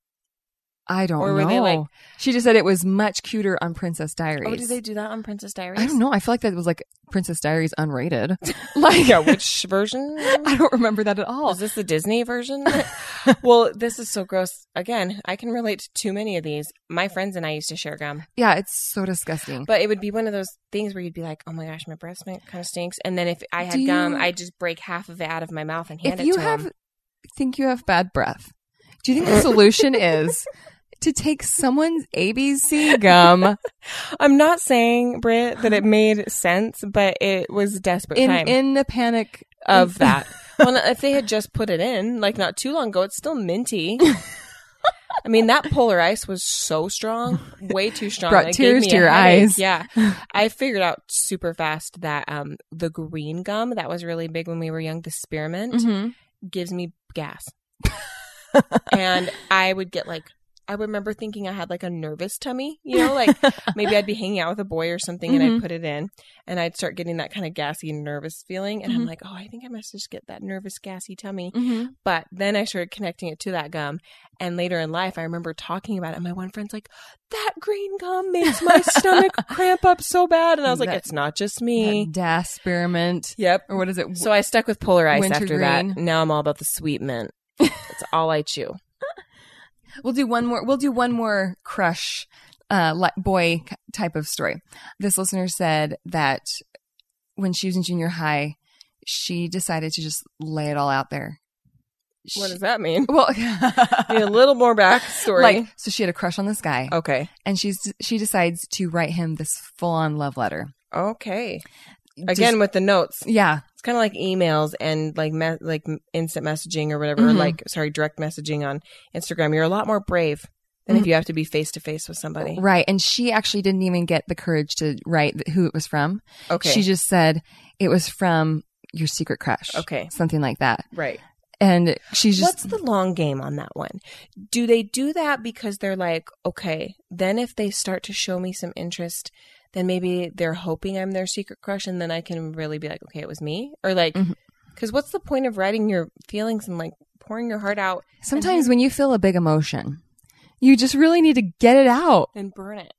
Speaker 2: I don't
Speaker 3: or
Speaker 2: know.
Speaker 3: were they like-
Speaker 2: she just said it was much cuter on Princess Diaries.
Speaker 3: Oh, did they do that on Princess Diaries?
Speaker 2: I don't know. I feel like that was like Princess Diaries unrated. like,
Speaker 3: Yeah, which version?
Speaker 2: I don't remember that at all.
Speaker 3: Is this the Disney version? well, this is so gross. Again, I can relate to too many of these. My friends and I used to share gum,
Speaker 2: Yeah, it's so disgusting.
Speaker 3: but it would be one of those things where you'd be like, "Oh my gosh, my breath smell kind of stinks," and then if I had
Speaker 2: Do
Speaker 3: gum,
Speaker 2: you-
Speaker 3: I'd just break half of it out of my mouth and hand
Speaker 2: if you
Speaker 3: it to
Speaker 2: have
Speaker 3: him.
Speaker 2: think you have bad breath, do you think the solution is to take someone's ABC gum?
Speaker 3: I'm not saying Brit that it made sense, but it was desperate
Speaker 2: in
Speaker 3: time
Speaker 2: in the panic
Speaker 3: of that. well, no, if they had just put it in, like not too long ago, it's still minty. I mean, that polar ice was so strong, way too strong.
Speaker 2: Brought
Speaker 3: It gave
Speaker 2: tears
Speaker 3: me
Speaker 2: to
Speaker 3: a
Speaker 2: your
Speaker 3: headache.
Speaker 2: eyes.
Speaker 3: Yeah, I figured out super fast that um, the green gum that was really big when we were young, the spearmint,
Speaker 2: Mhm.
Speaker 3: gives me gas, and I would get like. I remember thinking I had like a nervous tummy, you know, like maybe I'd be hanging out with a boy or something and
Speaker 2: Mhm.
Speaker 3: I'd put it in and I'd start getting that kind of gassy, nervous feeling. And
Speaker 2: Mm-hmm.
Speaker 3: I'm like, oh, I think I must just get that nervous, gassy tummy.
Speaker 2: Mm.
Speaker 3: But then I started connecting it to that gum. And later in life, I remember talking about it. And my one friend's like, that green gum makes my stomach cramp up so bad. And I was like,
Speaker 2: That-
Speaker 3: it's not just
Speaker 2: That
Speaker 3: me.
Speaker 2: Daspermint,
Speaker 3: Yep.
Speaker 2: or what is it?
Speaker 3: mm-hmm. So I stuck with polar ice
Speaker 2: Winter
Speaker 3: after that.
Speaker 2: green.
Speaker 3: Now I'm all about the sweet mint. It's all I chew.
Speaker 2: we'll do one more. We'll do one more crush, uh, li- boy k- type of story. This listener said that when she was in junior high, she decided to just lay it all out there.
Speaker 3: What
Speaker 2: She-
Speaker 3: does that mean?
Speaker 2: well,
Speaker 3: Need a little more backstory.
Speaker 2: like so she had a crush on this guy,
Speaker 3: okay.
Speaker 2: and she's she decides to write him this full on love letter
Speaker 3: Okay.
Speaker 2: Just-
Speaker 3: Again, with the notes.
Speaker 2: yeah,
Speaker 3: It's kind of like emails and like me- like m- instant messaging or whatever. Or
Speaker 2: Mhm.
Speaker 3: like sorry, direct messaging on Instagram. You're a lot more brave than
Speaker 2: Mm-hmm.
Speaker 3: if you have to be face to face with somebody.
Speaker 2: right. And she actually didn't even get the courage to write who it was from.
Speaker 3: Okay,
Speaker 2: She just said it was from your secret crush.
Speaker 3: Okay.
Speaker 2: Something like that.
Speaker 3: right.
Speaker 2: And she's just
Speaker 3: What's the long game on that one? Do they do that because they're like, okay, then if they start to show me some interest, then maybe they're hoping I'm their secret crush, and then I can really be like, okay, it was me, or like, because
Speaker 2: Mhm.
Speaker 3: what's the point of writing your feelings and like pouring your heart out
Speaker 2: sometimes when you feel a big emotion, you just really need to get it out.
Speaker 3: and burn it,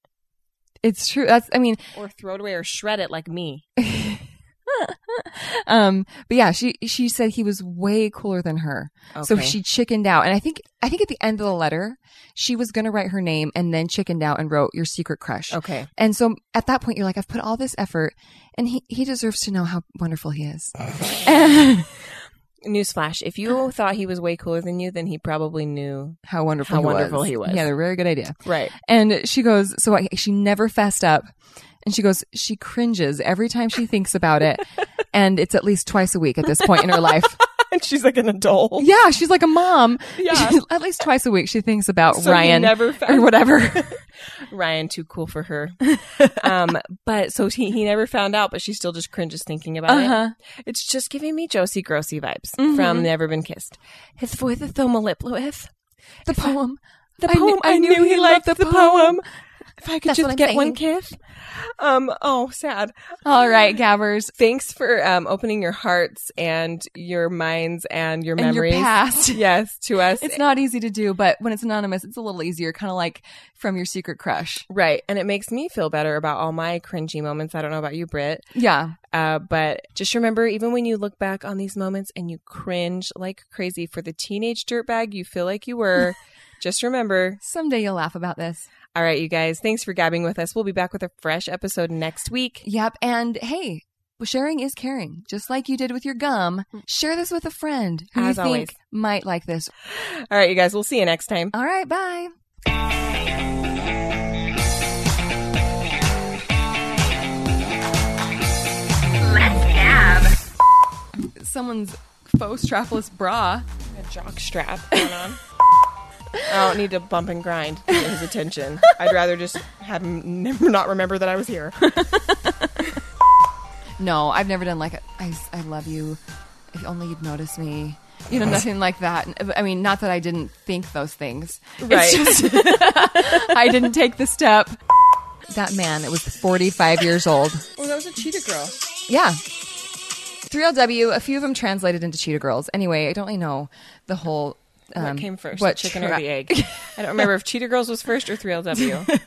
Speaker 2: It's true. That's I mean,
Speaker 3: or throw it away, or shred it like me?
Speaker 2: um, but yeah, she she said he was way cooler than her. So
Speaker 3: Okay.
Speaker 2: she chickened out. And I think I think at the end of the letter, she was gonna write her name and then chickened out and wrote your secret crush.
Speaker 3: Okay.
Speaker 2: And so at that point, you're like, I've put all this effort, and he, he deserves to know how wonderful he is.
Speaker 3: Newsflash: If you thought he was way cooler than you, then he probably knew.
Speaker 2: how wonderful
Speaker 3: How
Speaker 2: he
Speaker 3: wonderful
Speaker 2: was.
Speaker 3: he was.
Speaker 2: Yeah, they're a very good idea.
Speaker 3: Right.
Speaker 2: And she goes, so I, she never fessed up. And she goes, she cringes every time she thinks about it. and it's at least twice a week at this point in her life.
Speaker 3: and she's like an adult.
Speaker 2: Yeah, she's like a mom.
Speaker 3: Yeah.
Speaker 2: She- at least twice a week, she thinks about
Speaker 3: So you
Speaker 2: Ryan
Speaker 3: never found-
Speaker 2: or whatever.
Speaker 3: Ryan too cool for her. um, but so he, he never found out, but she still just cringes thinking about
Speaker 2: Uh-huh. Mm-hmm.
Speaker 3: it. It's just giving me Josie Grossi vibes from Never Been Kissed. His voice is so mellifluous.
Speaker 2: The poem.
Speaker 3: The
Speaker 2: I kn-
Speaker 3: poem. I, knew, he liked the poem. If I could
Speaker 2: That's what
Speaker 3: just
Speaker 2: I'm
Speaker 3: get
Speaker 2: saying.
Speaker 3: one kiss. Um. Oh, sad.
Speaker 2: All right, Gabbers.
Speaker 3: Thanks for um, opening your hearts and your minds and your
Speaker 2: And your
Speaker 3: memories.
Speaker 2: past.
Speaker 3: Yes, to us.
Speaker 2: It's not easy to do, but when it's anonymous, it's a little easier, kind of like from your secret crush.
Speaker 3: right, and it makes me feel better about all my cringy moments. I don't know about you, Britt.
Speaker 2: Yeah.
Speaker 3: Uh, but just remember, even when you look back on these moments and you cringe like crazy for the teenage dirtbag you feel like you were, just remember.
Speaker 2: Someday you'll laugh about this.
Speaker 3: All right, you guys, thanks for gabbing with us. We'll be back with a fresh episode next week.
Speaker 2: Yep. And hey, sharing is caring. Just like you did with your gum, share this with a friend who
Speaker 3: Mm. As
Speaker 2: you
Speaker 3: always.
Speaker 2: think might like this.
Speaker 3: All right, you guys, we'll see you next time.
Speaker 2: All right, bye. Let's gab. Someone's faux strapless bra.
Speaker 3: A jock strap going on. I don't need to bump and grind to get his attention. I'd rather just have him never not remember that I was here.
Speaker 2: No, I've never done like a, I, I love you. If only you'd notice me. You know, nothing like that. I mean, not that I didn't think those things.
Speaker 3: Right.
Speaker 2: It's just, I didn't take the step. That man, it was 45 years old.
Speaker 3: Oh, that was a cheetah girl.
Speaker 2: Yeah. 3LW, a few of them translated into Cheetah Girls. Anyway, I don't really know the whole. Um,
Speaker 3: what came first, the chicken or
Speaker 2: tra-
Speaker 3: the egg? I don't remember if Cheetah Girls was first or 3LW.